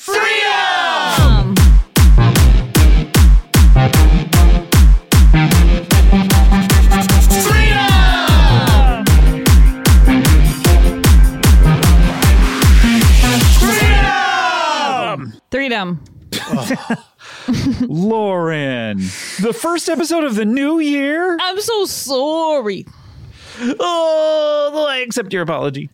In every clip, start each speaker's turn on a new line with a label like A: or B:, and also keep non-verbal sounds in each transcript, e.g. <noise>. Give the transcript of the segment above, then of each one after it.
A: Freedom! Freedom! Freedom!
B: Three dumb.
C: Lauren, the first episode of the new year.
B: I'm so sorry.
C: Oh, I accept your apology.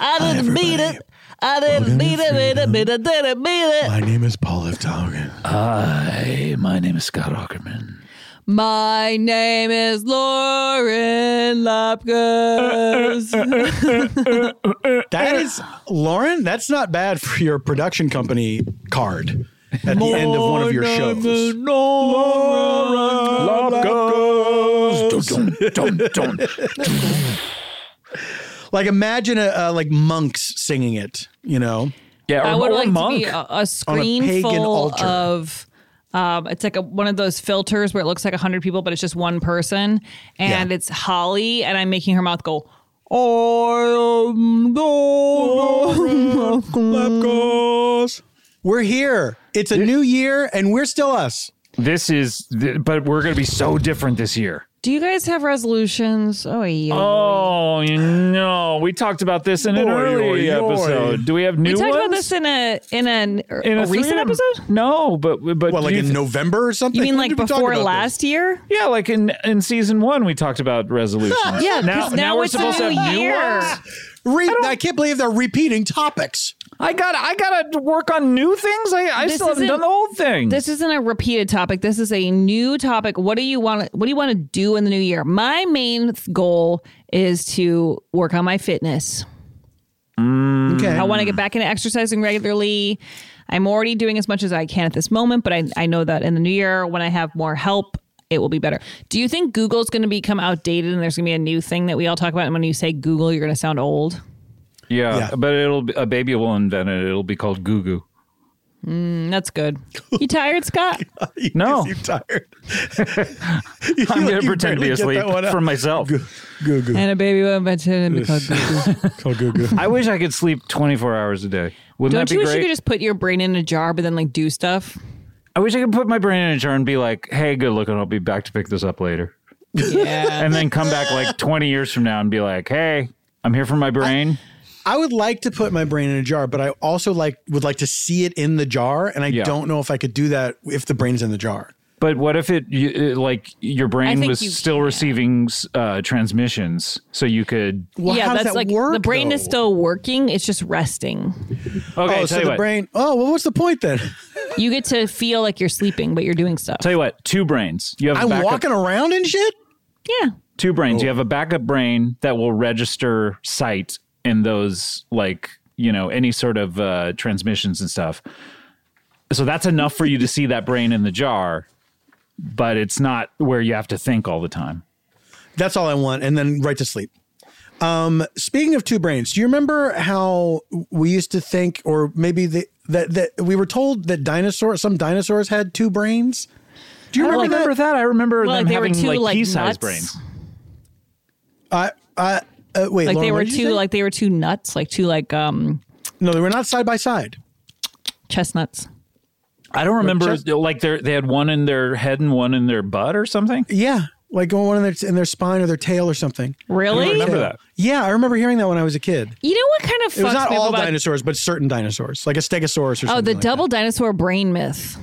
B: I didn't mean it. I didn't mean it. Didn't mean it. Didn't mean it.
D: My name is Paul F. Taugen.
E: Hi, my name is Scott Ackerman.
B: My name is Lauren Lopkins.
D: That is Lauren. That's not bad for your production company card at the end of one of your shows.
E: Dum, dum, dum.
D: Like imagine a, uh, like monks singing it. You know,
C: Yeah, or,
B: I would
C: or
B: like
C: monk.
B: to be a, a screen
D: pagan
B: full
D: altar.
B: of. Um, it's like a, one of those filters where it looks like hundred people, but it's just one person, and it's Holly, and I'm making her mouth go. I am
D: we're here. It's a new year, and we're still us.
C: this is, th- but we're going to be so different this year.
B: Do you guys have resolutions? Oh yeah.
C: Oh no, we talked about this in an early episode. Do oh, we have new
B: we talked
C: ones?
B: about this in a in an
C: in
B: a,
C: a
B: recent
C: three-
B: episode.
C: No, but but
D: What,
C: do
D: like
C: you
D: in
C: th-
D: November or something?
B: You mean like
D: When did we talk
B: before
D: about this?
B: last year?
C: Yeah, like in in season one, we talked about resolutions.
B: Yeah,
C: now,
B: 'cause now
C: we're
B: it's a
C: supposed to
B: new
C: have
B: year.
C: new ones.
D: Re- I, can't believe they're repeating topics.
C: I got I gotta work on new things. I, I
B: This
C: still haven't
B: isn't-
C: done the old thing.
B: This isn't a repeated topic. This is a new topic. What do you want? What do you want to do in the new year? My main th- goal is to work on my fitness.
D: Okay.
B: I
D: <laughs>
B: want to get back into exercising regularly. I'm already doing as much as I can at this moment, but I, I know that in the new year, when I have more help, it will be better. Do you think Google's going to become outdated and there's going to be a new thing that we all talk about? And when you say Google, you're going to sound old.
C: yeah,
D: Yeah.
C: but it'll be- a baby will invent it. It'll be called Goo Goo.
B: Mm, that's good. You tired, Scott?
C: No.
D: you tired. <laughs>
C: I'm gonna pretend to be asleep <laughs> for myself.
D: Goo goo.
B: and a baby will invent it and become Google.
D: Call goo goo.
C: I wish I could sleep 24 hours a day. <laughs> Wouldn't
B: Don't
C: that
B: you
C: be
B: wish
C: great?
B: you could just put your brain in a jar, but then like do stuff?
C: I wish I could put my brain in a jar and be like, "Hey, good looking. I'll be back to pick this up later,"
B: Yeah.
C: and then come back like 20 years from now and be like, "Hey, I'm here for my brain."
D: I would like to put my brain in a jar, but I also like would like to see it in the jar, and I
C: Yeah.
D: don't know if I could do that if the brain's in the jar.
C: But what if it, you, it like your brain
B: think
C: was
B: you
C: still
B: can.
C: receiving uh, transmissions, so you could?
D: Well,
B: yeah,
D: how does
B: that's
D: that
B: like
D: work,
B: the brain is
D: though?
B: still working. It's just resting.
C: Okay,
D: oh,
C: tell
D: so
C: you
D: the
C: what.
D: brain. Oh, well, what's the point then?
B: You get to feel like you're sleeping, but you're doing stuff.
C: Tell you what, two brains. You have a
D: I'm
C: backup,
D: walking around and shit.
B: Yeah.
C: two brains. You have a backup brain that will register sight in those like you know any sort of uh, transmissions and stuff. So that's enough for you to see that brain in the jar, but it's not where you have to think all the time.
D: That's all I want, and then right to sleep. Um, speaking of two brains, do you remember how we used to think, or maybe the, that that we were told that dinosaurs, some dinosaurs had two brains? Do you
C: I
D: remember
C: remember
D: that?
C: that. I remember
B: Well,
C: them
B: like they were
C: having
B: two
C: like,
B: like
C: pea-sized
B: nuts.
C: brains.
D: I, I, uh, wait,
B: Like
D: Lauren,
B: they
D: what
B: were
D: did you
B: two
D: say?
B: like they were two nuts, like two like um
D: no, they were not side by side.
B: chestnuts.
C: I don't remember
D: chest-
C: like they they had one in their head and one in their butt or something.
D: Yeah, like going on in their, in their spine or their tail or something.
B: Really? I don't remember
D: Yeah.
B: that.
D: Yeah, I remember hearing that when I was a kid.
B: You know what kind of fucks
D: It was not
B: me up
D: all
B: about
D: dinosaurs, but certain dinosaurs, like a stegosaurus or something.
B: Oh, the
D: like
B: <laughs>
D: that.
B: double dinosaur brain myth.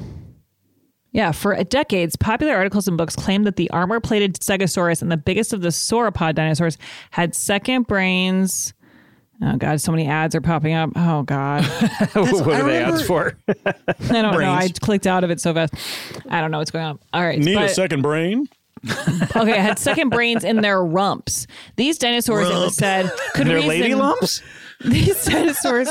B: Yeah, for decades, popular articles and books claimed that the armor plated Stegosaurus and the biggest of the sauropod dinosaurs had second brains. Oh, God, so many ads are popping up. Oh,
C: <laughs>
B: God. <laughs>
C: what are they ads for?
B: I don't know. I
C: Brains.
B: clicked out of it so fast. I don't know what's going on. All right.
F: Need a
B: but-
F: second brain?
B: okay, had second brains in their rumps. These dinosaurs, it was
F: Rump.
B: said, could
F: Their
B: reason.
F: lady lumps?
B: <laughs> These dinosaurs,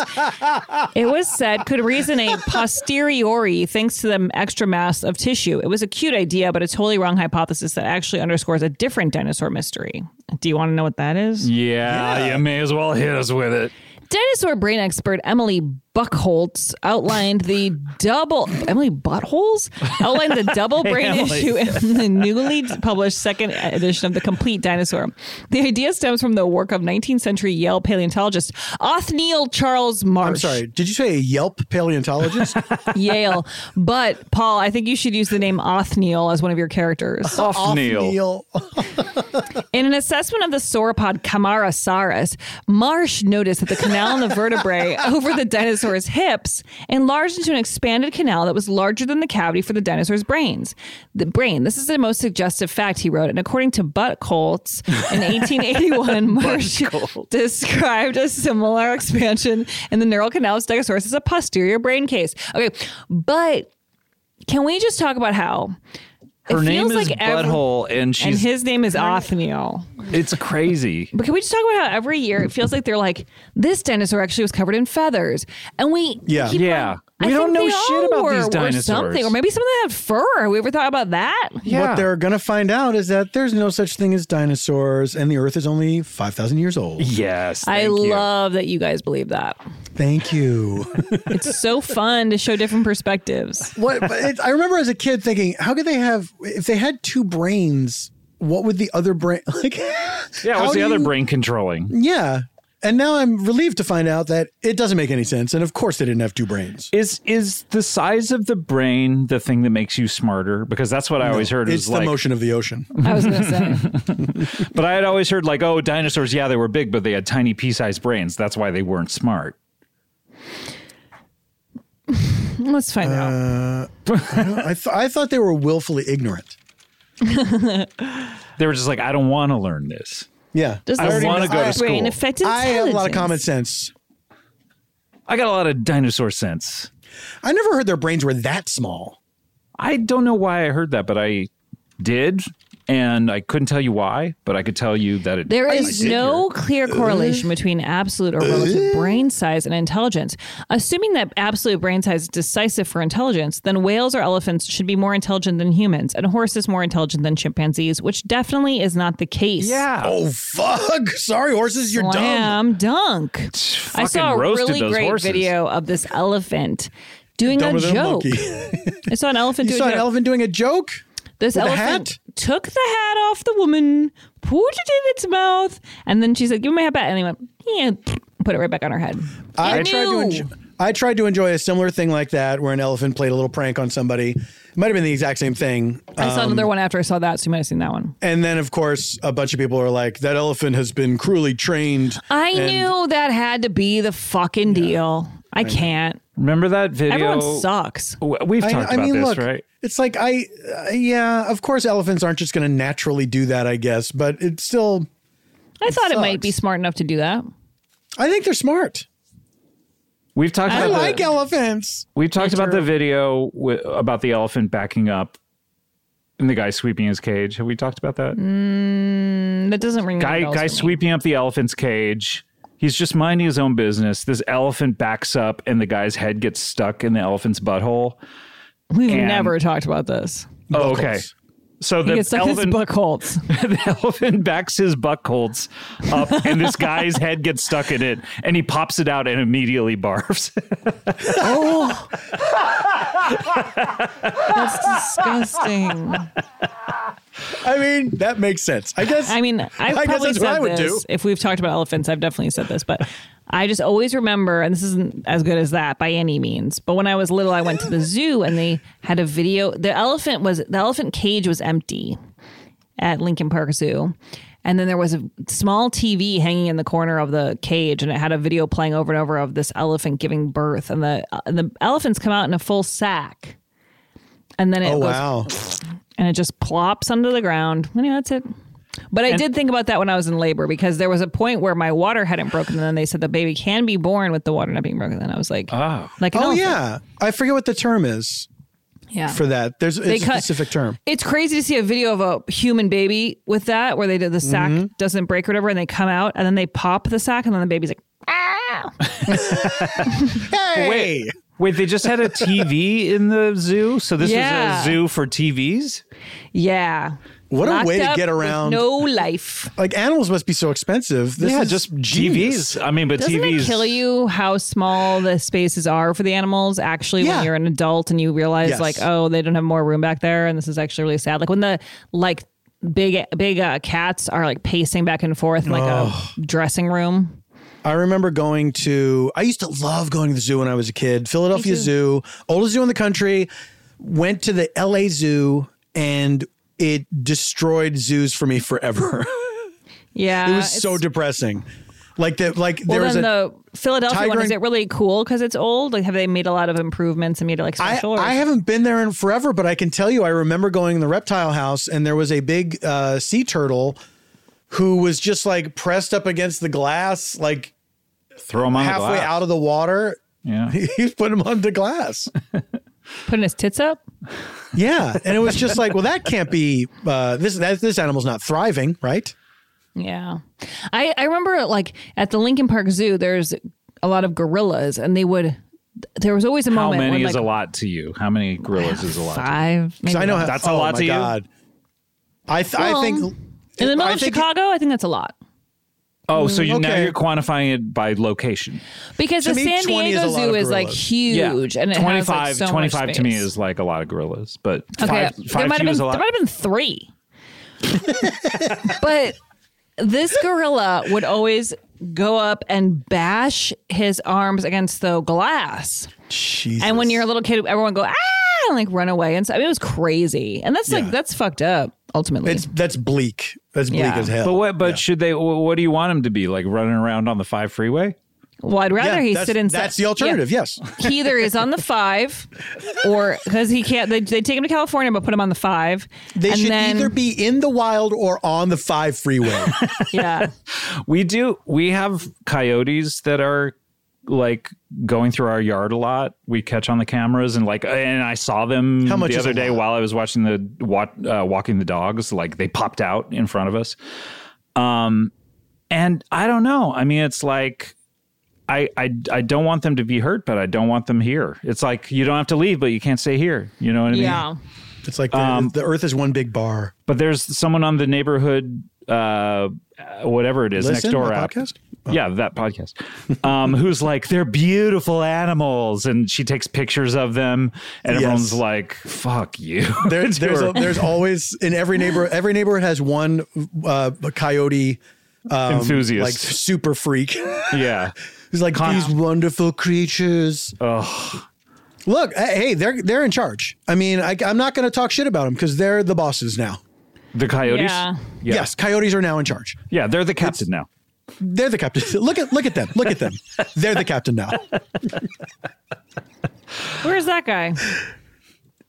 B: it was said, could reasonate posteriori thanks to the extra mass of tissue. It was a cute idea, but a totally wrong hypothesis that actually underscores a different dinosaur mystery. Do you want to know what that is?
C: Yeah, you may as well hit us with it.
B: Dinosaur brain expert Emily Buckholtz outlined the double Emily Buttholes outlined the
D: <laughs>
B: double
A: Hey,
B: brain
A: Emily.
B: issue in the newly published second edition of the Complete Dinosaur. The idea stems from the work of 19th century Yale paleontologist Othniel Charles Marsh.
D: I'm sorry. Did you say a
C: <laughs>
D: Yelp paleontologist?
B: Yale, but Paul, I think you should use the name Othniel as one of your characters.
D: Othniel.
B: In an assessment of the sauropod Camarasaurus, Marsh noticed that the canal in
C: <laughs>
B: the vertebrae over the dinosaur's hips enlarged into an expanded canal that was larger than the cavity for the dinosaur's brains. The brain. This is the most suggestive fact he wrote, and according to Buttholz,
C: <laughs>
B: in 1881, Marsh described a similar expansion in the neural canal of Stegosaurus as a posterior brain case. Okay, but can we just talk about how?
C: Her
B: it
C: name
B: feels
C: is
B: like every-
C: Butthole, and she's
B: and his name is Othniel.
C: It's crazy.
B: But can we just talk about how every year it feels like they're like, this dinosaur actually was covered in feathers, and we keep
C: yeah.
B: I
C: we don't
B: think
C: know
B: they all
C: shit about
B: were-
C: these
B: were
C: dinosaurs.
B: something, or maybe some of them had fur. Have we ever thought about that?
D: What they're going to find out is that there's no such thing as dinosaurs and the earth is only 5,000 years
C: <laughs>
D: old.
C: Yes.
B: I love that you guys believe that.
D: Thank you.
B: It's so fun to show different perspectives.
D: what but it, I remember as a kid thinking, how could they have if they had two brains, what would the other brain <laughs> like
C: Yeah,
D: how
C: what's the
D: do
C: other
D: you-
C: brain controlling?
D: Yeah. And now I'm relieved to find out that it doesn't make any sense and of course they didn't have two brains.
C: Is is the size of the brain the thing that makes you smarter? Because that's what I always heard.
D: It's
C: was
D: the
C: like,
D: motion of the
C: <laughs>
D: ocean.
B: I was going to say. <laughs>
C: But I had always heard like, oh, dinosaurs. Yeah, they were big, but they had tiny pea-sized brains. That's why they weren't smart.
B: Let's find
D: out. I, don't- I th- I thought they were willfully ignorant.
C: They were just like, I don't want to learn this.
D: Yeah.
C: Does I the wanna go to brain school. affect
D: I have a lot of
C: intelligence?
D: common sense.
C: I got a lot of dinosaur sense.
D: I never heard their brains were that small.
C: I don't know why I heard that, but I did, and I couldn't tell you why, but I could tell you that it.
B: There
C: I
B: is
C: did.
B: no clear correlation between absolute or relative brain size and intelligence. Assuming that absolute brain size is decisive for intelligence, then whales or elephants should be more intelligent than humans, and horses more intelligent than chimpanzees, which definitely is not the case.
C: Yeah.
D: Oh fuck! <laughs> Sorry, horses, you're
B: Slam dunk. I saw a
C: Fucking roasted
B: really
C: those
B: great
C: horses.
B: video of this elephant doing
D: Dumber
B: a
D: than a
C: <laughs>
B: joke.
D: monkey.
B: I saw an elephant
D: You
B: doing
D: saw
B: a
D: an
B: joke.
D: elephant doing a joke?
B: This
D: With a
B: elephant took the hat off the woman, put it in its mouth, and then she said, "Give me my hat back." And he went, "Yeah," put it right back on her head.
D: I
B: Ew.
D: tried to enjoy, I tried to enjoy a similar thing like that, where an elephant played a little prank on somebody. It might have been the exact same thing.
B: I saw
D: Um,
B: another one after I saw that, so you might have seen that one.
D: And then, of course, a bunch of people are like, "That elephant has been cruelly trained."
B: I
D: and-
B: knew that had to be the fucking deal. I can't.
C: Remember that video?
B: Everyone sucks.
D: Oh,
C: W- We've
D: I-
C: talked
D: I
C: about
D: mean,
C: this,
D: look,
C: right?
D: It's like I, uh, yeah, of course, elephants aren't just going to naturally do that, I guess, but it's still.
B: I thought it might be smart enough to do that.
D: I think they're smart.
C: We've talked.
D: I
C: about
D: like
C: the,
D: elephants.
C: We've talked about the video wi- about the elephant backing up, and the guy sweeping his cage. Have we talked about that?
B: Mm, that doesn't ring.
C: guy
B: any bells
C: guy
B: for me.
C: sweeping up the elephant's cage. He's just minding his own business. This elephant backs up, and the guy's head gets stuck in the elephant's butthole.
B: We've
C: and-
B: never talked about this.
C: Oh, okay. So
B: He
C: the
B: gets stuck in his
C: elephant,
B: buck <laughs> holds.
C: <laughs> the elephant backs his buck holds up, and this guy's head gets stuck in it, and he pops it out and immediately barfs.
B: oh, that's disgusting.
D: I mean, that makes sense. I guess.
B: I mean,
D: <laughs> I
B: I've
D: guess
B: probably
D: that's
B: said
D: what I would
B: this.
D: do.
B: If we've talked about elephants, I've definitely said this, but I just always remember, and this isn't as good as that by any means. But when I was little, I
D: <laughs>
B: went to the zoo and they had a video. The elephant was the elephant cage was empty, at Lincoln Park Zoo. And then there was a small TV hanging in the corner of the cage, and it had a video playing over and over of this elephant giving birth, and the and the elephants come out in a full sack, and then it
D: Oh,
B: goes,
D: wow.
B: and it just plops under the ground. Anyway, that's it. But I
C: And-
B: did think about that when I was in labor because there was a point where my water hadn't broken, and then they said the baby can be born with the water not being broken. And I was like,
C: oh,
B: like an
D: oh
B: elephant.
D: yeah, I forget what the term is.
B: Yeah.
D: for that there's it's
B: They
D: a
B: cut-
D: specific term.
B: It's crazy to see a video of a human baby with that, where they did the sack
D: Mhm.
B: doesn't break or whatever, and they come out and then they pop the sack, and then the baby's like, ah.
C: Wait, wait, they just
B: <laughs>
C: had a TV in the zoo, so this
B: Yeah.
C: was a zoo for TVs.
B: Yeah.
D: What a
B: Locked
D: way to
B: up
D: get
B: with
D: around.
B: No life.
D: Like animals must be so expensive. This
C: yeah,
D: is
C: just
D: genius.
C: TVs. I mean, but
B: Doesn't
C: TVs
B: it kill you how small the spaces are for the animals? Actually,
D: Yeah.
B: when you're an adult and you realize,
D: Yes.
B: like, oh, they don't have more room back there, and this is actually really sad. Like when the like big big uh, cats are like pacing back and forth in like a dressing room.
D: I remember going to, I used to love going to the zoo when I was a kid. Philadelphia Zoo, oldest zoo in the country, went to the LA Zoo and it destroyed zoos for me forever. <laughs>
B: Yeah,
D: it was so depressing. Like that, like
B: Uh, Well,
D: there was
B: then
D: a,
B: the Philadelphia one
D: tiger
B: is
D: and-
B: it really cool because it's old? Like, have they made a lot of improvements and made it like
D: I,
B: special? or-
D: I haven't been there in forever, but I can tell you, I remember going in the reptile house and there was a big uh, sea turtle who was just like pressed up against the glass, like
C: throw them on the
D: halfway
C: glass.
D: out of the water. <laughs>
C: Yeah.
D: He's putting him on the glass.
B: putting his tits up.
D: Yeah, and it was just like, well, that can't be. Uh, this that, this animal's not thriving, right?
B: Yeah. I, I remember like at the Lincoln Park Zoo, there's a lot of gorillas and they would, there was always a
C: How
B: moment
C: many
B: when
C: is
B: like
C: a lot to you? How many gorillas is a lot? to you?
B: five,
D: Because
B: maybe
D: I know
B: less.
D: how,
C: That's a
D: oh
C: lot
D: my
C: to you?
D: God. I th- I
B: Well,
D: think
B: in the middle
D: I
B: of
D: think-
B: Chicago, I think that's a lot
C: Oh, so you now
D: okay.
C: you're quantifying it by location.
B: because
D: To
B: the
D: me,
B: San
D: 20 is a
B: Diego
D: lot
B: Zoo
D: of
B: is like
D: gorillas.
B: huge and it has like so
C: 25
B: much
C: to me
B: space.
C: is like a lot of gorillas, but
B: Okay,
C: five,
B: there
C: five
B: might
C: to
B: have
C: you
B: been
C: is a
B: there
C: lot.
B: might have been three, <laughs> but this gorilla would always go up and bash his arms against the glass,
D: Jesus.
B: and when you're a little kid, everyone go ah and like run away, and so I mean, it was crazy, and that's
D: Yeah.
B: like that's fucked up ultimately.
D: it's that's bleak. That's bleak
B: Yeah.
D: as hell.
C: But what? But should they? wh- What do you want them to be like? Running around on the five freeway?
B: well, I'd rather
D: Yeah,
B: he
D: that's,
B: sit inside.
D: That's the alternative. Yes.
B: Yeah. He either is on the five, or because he can't. They, they take him to California, but put him on the five.
D: They
B: and
D: should
B: then,
D: either be in the wild or on the five
C: <laughs>
D: freeway.
B: <laughs> yeah.
C: We do. We have coyotes that are like going through our yard a lot. We catch on the cameras and like, and I saw them
D: How much
C: the
D: is
C: other
D: a
C: day
D: lot?
C: while I was watching the wat, uh, walking the dogs. Like they popped out in front of us. Um, and I don't know. I mean, it's like. I, I, I don't want them to be hurt, but I don't want them here. It's like you don't have to leave, but you can't stay here. You know what I mean?
B: Yeah.
D: it's like the,
C: Um,
D: the earth is one big bar.
C: But there's someone on the neighborhood, uh, whatever it is, next
D: Listen,
C: door
D: my
C: app.
D: podcast?
C: Yeah, that podcast. Um, <laughs> who's like they're beautiful animals, and she takes pictures of them, and
D: Yes.
C: everyone's like, "Fuck you."
D: <laughs> There,
C: to
D: there's
C: her.
D: a, there's always in every neighbor every neighborhood has one uh, coyote um,
C: Enthusiast.
D: like super freak. <laughs>
C: yeah,
D: He's like
C: Con-
D: these wonderful creatures. Look, hey, hey, they're they're in charge. I mean, I, I'm not going to talk shit about them because they're the bosses now.
C: the coyotes.
B: Yeah.
C: yeah,
D: Yes, coyotes are now in charge.
C: yeah, they're the captain now.
D: They're the captain. <laughs> Look at look at them. Look at them. They're the
C: <laughs>
D: captain now.
B: Where's that guy?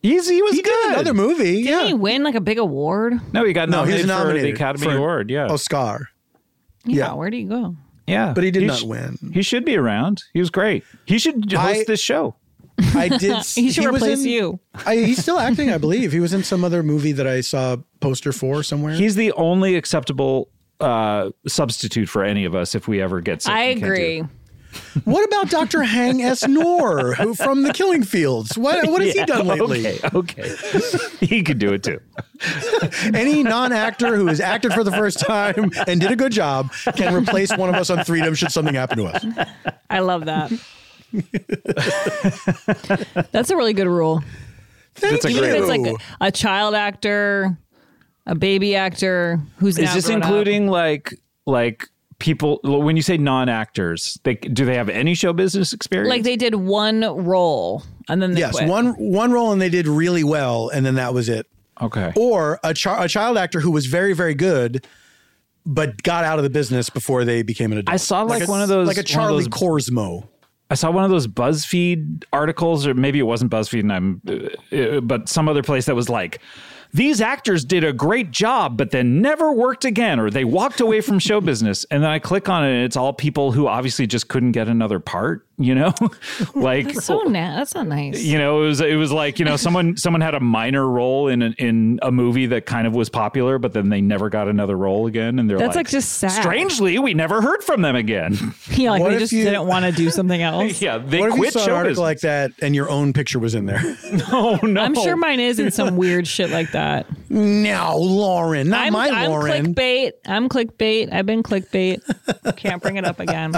C: Easy was
D: He
C: good.
D: did another movie.
B: Didn't
D: yeah.
B: he win like a big award?
C: No, he got
D: No, he was
C: nominated,
D: nominated
C: for the Academy
D: for
C: Award. Yeah,
D: Oscar.
B: Yeah.
D: Yeah.
B: Where do you go?
C: yeah,
D: But he did not
C: sh-
D: win.
C: He should be around. He was great. He should host
D: I-
C: this show.
D: I
B: <laughs>
D: did.
B: He should
D: was
B: replace
D: in-
B: you.
D: I, he's still acting, I believe. He was in some other movie that I saw a poster for somewhere.
C: He's the only acceptable uh, substitute for any of us if we ever get sick.
B: I
C: and can't do it.
B: agree.
D: what about Dr. Hang S. Noor who, from The Killing Fields? What what has he done lately?
C: Okay, okay. he could do it too.
D: <laughs> Any non-actor who has acted for the first time and did a good job can replace one of us on Freedom should something happen to us.
B: I love
D: <laughs>
B: that. <laughs> That's a really good rule.
D: Thank
C: That's a
D: you.
C: great
B: If it's like a, a child actor, a baby actor who's
C: Is
B: now
C: this
B: grown up.
C: including like like people when you say non-actors? They do they have any show business experience?
B: like they did one role and then they
D: yes,
B: quit.
D: one one role and they did really well, and then that was it.
C: Okay.
D: or a, chi- a child actor who was very very good but got out of the business before they became an adult. I
C: saw like one of those-
D: like a
C: one of
D: Charlie
C: those-
D: Corsmo.
C: I saw one of those BuzzFeed articles, or maybe it wasn't BuzzFeed, and I'm, uh, uh, but some other place that was like, these actors did a great job, but then never worked again, or they walked away from show business. And then I click on it, and it's all people who obviously just couldn't get another part, you know? <laughs> like,
B: That's so na- That's not nice.
C: you know, it was it was like you know
B: <laughs>
C: someone someone had a minor role in an, in a movie that kind of was popular, but then they never got another role again, and they're
B: That's, like, just sad.
C: Strangely, we never heard from them again.
B: <laughs>
D: <laughs>
B: Yeah, like
D: What
B: they
D: if
B: just
D: you-
B: didn't want to
D: <laughs>
B: do something else.
C: yeah, they
D: what if you
C: quit
D: saw an
C: show
D: article
C: business.
D: like that and your own picture was in there? <laughs>
C: No, no.
B: I'm sure mine is in some weird shit like that.
D: no, Lauren, <laughs> not
B: I'm,
D: my
B: I'm
D: Lauren.
B: clickbait. I'm clickbait. I've been clickbait. Can't bring it up
D: <laughs>
B: again.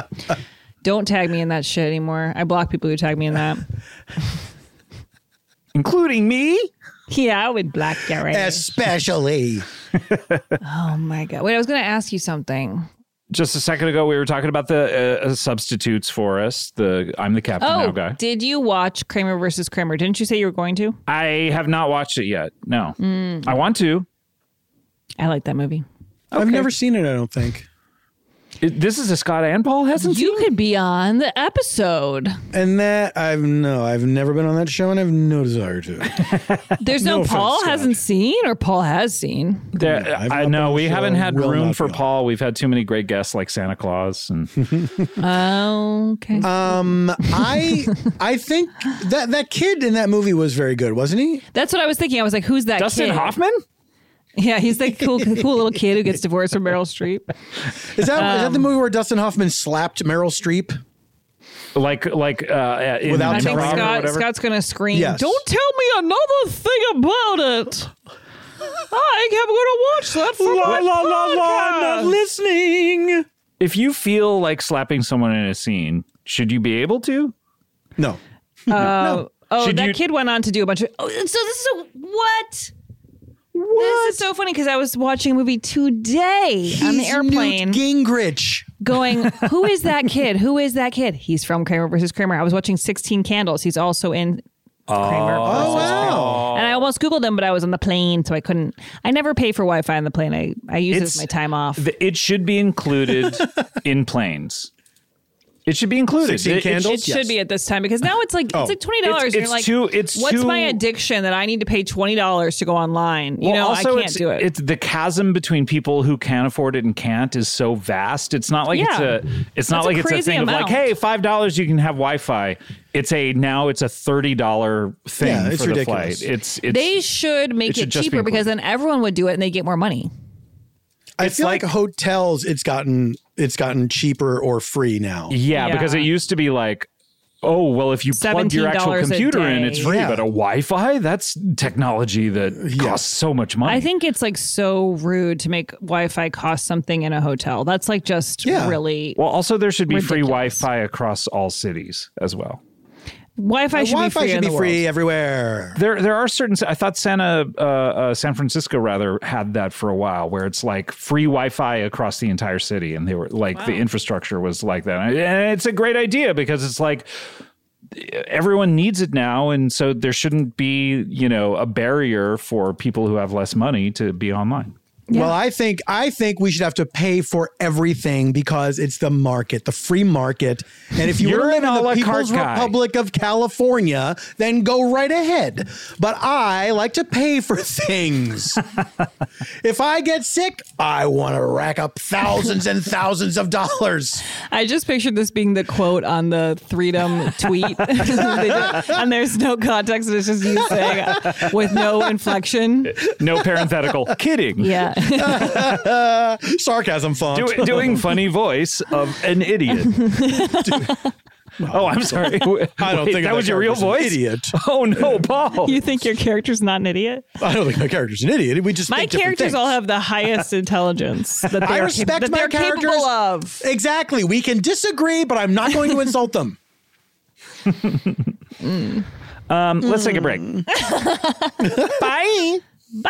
B: Don't tag me in that shit anymore. I block people who tag me in
D: <laughs>
B: that.
C: Including me?
B: Yeah, I would block you
C: <laughs>
B: right.
D: Especially.
B: oh my god. Wait, I was gonna ask you something.
C: Just a second ago, we were talking about the uh, uh, substitutes for us. The I'm the captain now
B: Oh,
C: guy.
B: did you watch Kramer versus Kramer? Didn't you say you were going to?
C: I have not watched it yet. No,
B: Mm.
C: I want to.
B: I like that movie.
D: I've never seen it. I don't think.
C: It- this is a Scott and Paul hasn't.
B: You could be on the episode.
D: And that I've no, I've never been on that show, and I have no desire to.
B: There's no,
D: No offense,
B: Paul
D: Scott.
B: hasn't seen or Paul has seen.
C: There, I know we haven't had
D: will
C: room
D: not
C: for Paul. We've had too many great guests like Santa Claus and
B: okay.
D: Um, I I think that that kid in that movie was very good, wasn't he?
B: That's what I was thinking. I was like, who's that
D: Dustin
B: kid?
D: Hoffman?
B: Yeah, he's the cool, cool little kid who gets divorced from Meryl Streep.
D: Is that is that the
B: Um,
D: movie where Dustin Hoffman slapped Meryl Streep?
C: like like uh, in
D: Without
C: the
B: I think
C: Rob or
B: Scott,
C: whatever.
B: Scott's gonna scream.
C: Yes.
B: Don't tell me another thing about it. I am gonna watch that for my podcast.
C: listening. If you feel like slapping someone in a scene, should you be able to?
D: No.
B: Uh, Oh,
C: Should
B: that
C: you-
B: kid went on to do a bunch of. Oh, so this is a what? What? This is so funny because I was watching a movie today on the
D: He's
B: airplane.
D: Newt Gingrich.
B: Going, who is that kid? Who is that kid? He's from Kramer versus Kramer. I was watching 16 Candles. He's also in Kramer.
C: Oh,
B: versus Kramer. And I almost Googled him, but I was on the plane, so I couldn't. I never pay for Wi Fi on the plane. I, I use it as
C: It's-
B: my time off.
C: Th- It should be included in planes. It should be included. It- it should-
B: It should be at this time because now it's like
C: Oh.
B: it's like twenty
C: It's-
B: dollars. You're
C: it's
B: like,
C: too- it's
B: what's
C: too-
B: my addiction that I need to pay twenty dollars to go online? You
C: Well,
B: know, I
C: also,
B: can't
C: it's,
B: do it.
C: It's the chasm between people who can afford it and can't is so vast. It's not like
B: Yeah.
C: it's a. It's not
B: That's a
C: like it's a
B: crazy
C: thing of
B: amount.
C: like, hey, five dollars you can have Wi-Fi. It's a now it's a thirty dollar thing
D: Yeah, it's
C: for
D: ridiculous.
C: the flight. It's it's
B: they should make
C: it
B: it,
C: should just be
B: cheaper because
C: included.
B: then everyone would do it and they get more money.
D: I feel like, hotels. It's gotten it's gotten cheaper or free now.
C: Yeah, because it used to be like, oh, well, if you plug your actual
B: $17 a
C: computer in, it's
B: day.
C: free.
B: Yeah.
C: But a Wi-Fi, that's technology that costs so much money.
B: I think it's like so rude to make Wi-Fi cost something in a hotel. That's like just really
C: Well, also there should be
B: ridiculous.
C: free Wi-Fi across all cities as well.
B: Wi-Fi
D: Uh,
B: should
D: Wi-Fi
B: be free.
D: should
B: in
D: be
B: the
D: free
B: world.
D: everywhere.
C: There, there are certain. I thought Santa, uh, uh, San Francisco, rather had that for a while, where it's like free Wi-Fi across the entire city, and they were like the infrastructure was like that. And it's a great idea because it's like everyone needs it now, and so there shouldn't be you know a barrier for people who have less money to be online.
D: Well, I think I think we should have to pay for everything because it's the market, the free market. And if you
C: You're
D: want to live
C: an a
D: in
C: la
D: the
C: carte
D: People's
C: guy.
D: Republic of California, then go right ahead. But I like to pay for <laughs> things. if I get sick, I want to rack up thousands and thousands of dollars.
B: I just pictured this being the quote on the Freedom tweet, <laughs> They did- and there's no context. and It's just you saying it with no inflection.
C: No parenthetical, kidding.
B: Yeah.
D: Sarcasm font.
C: Do, doing funny voice of an idiot. oh, I'm <laughs> sorry.
D: I don't
C: Wait,
D: think
C: that
D: of
C: was your real
D: character as an
C: voice.
D: Idiot.
C: Oh no, Paul.
B: <laughs> You think your character's not an idiot?
D: I don't think my character's an idiot. We just
B: My
D: think different
B: characters
D: things.
B: all have the highest intelligence that they're,
D: I respect
B: that
D: my
B: they're
D: characters.
B: capable of.
D: Exactly. We can disagree, but I'm not going to insult them.
C: Um, let's take a break.
G: Mm.
C: Bye.
B: Bye.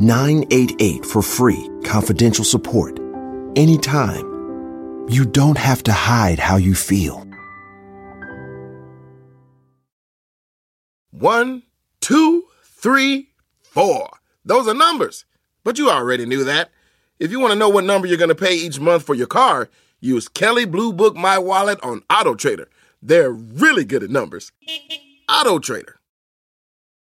F: 988 for free, confidential support. Anytime. You don't have to hide how you feel.
H: One, two, three, four. Those are numbers, but you already knew that. If you want to know what number you're going to pay each month for your car, use Kelly Blue Book My Wallet on Auto Trader. They're really good at numbers. Auto Trader.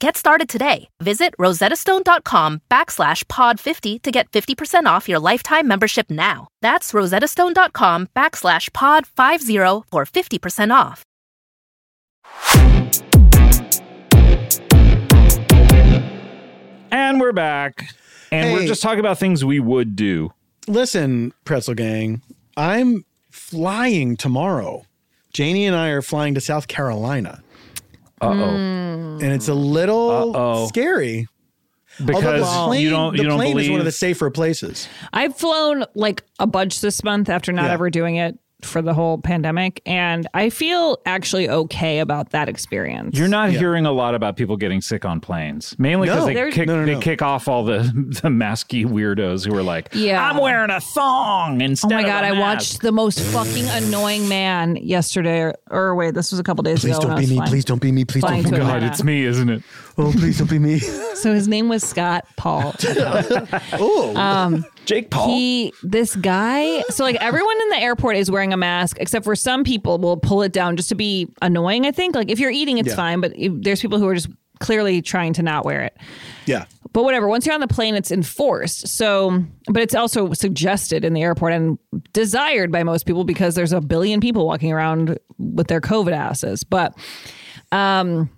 I: Get started today. Visit rosettastone.com backslash pod50 to get 50% off your lifetime membership now. That's rosettastone.com backslash pod50 for 50% off.
C: And we're back. <laughs> And we're
D: Hey.
C: just talking about things we would do.
D: Listen, Pretzel Gang, I'm flying tomorrow. Janie and I are flying to South Carolina.
C: Uh oh.
D: And it's a little
C: Uh-oh.
D: scary. Although
C: Because
D: the plane,
C: you don't-
D: the
C: you don't
D: plane is one of
C: believe-
D: the safer places.
B: I've flown like a bunch this month after not ever doing it for the whole pandemic, and I feel actually okay about that experience.
C: You're not hearing a lot about people getting sick on planes, mainly because
B: No.
C: they,
B: There's-
C: kick,
B: No, no,
C: they
B: no.
C: kick off all the <laughs> the masky weirdos who are like,
B: Yeah.
C: I'm wearing a thong instead.
B: Oh my
C: of
B: god,
C: a
B: I
C: mask.
B: watched the most fucking annoying man yesterday, or, or wait, this was a couple days
D: Please
B: ago.
D: don't
B: when I
D: be
B: was
D: me.
B: flying.
D: Please don't be me. Please
B: flying
D: don't be
B: to
D: me.
B: God, Atlanta. it's
C: me, isn't it?
D: Oh, please don't
B: <laughs>
D: be me.
B: So his name was Scott
D: <laughs>
B: Paul.
D: oh,
B: Um,
C: Jake
B: He, this guy. So like everyone in the airport is wearing a mask, except for some people will pull it down just to be annoying. I think like if you're eating, it's
D: Yeah.
B: fine, but if, there's people who are just clearly trying to not wear it.
D: Yeah. <laughs>
B: But whatever. Once you're on the plane, it's enforced. So, but it's also suggested in the airport and desired by most people because there's a billion people walking around with their COVID asses. But, um,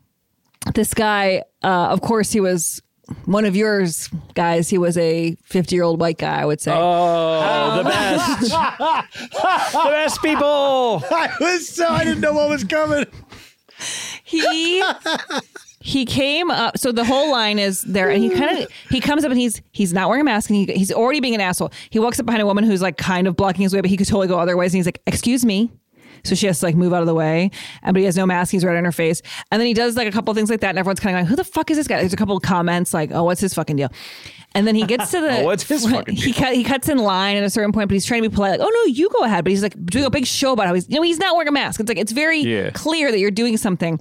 B: this guy, uh, of course, he was one of yours guys. He was a 50 year old white guy, I would say.
C: Oh,
E: the best.
C: the best people.
D: I was so I didn't know what was coming.
B: He he came up. So the whole line is there, and he kind of he comes up and he's he's not wearing a mask, and he, he's already being an asshole. He walks up behind a woman who's like kind of blocking his way, but he could totally go other ways, and he's like, "Excuse me." So she has to like move out of the way, and but he has no mask. He's right on her face, and then he does like a couple things like that, and everyone's kind of like, "Who the fuck is this guy?" There's a couple of comments like, "Oh, what's his fucking deal?" And then he gets
C: <laughs>
B: to the
C: Oh, What's
B: <laughs>
C: his fucking
B: he cut, he cuts in line at a certain point, but he's trying to be polite, like, "Oh no, you go ahead." But he's like doing a big show about how he's you know he's not wearing a mask. It's like it's very
C: Yeah.
B: clear that you're doing something,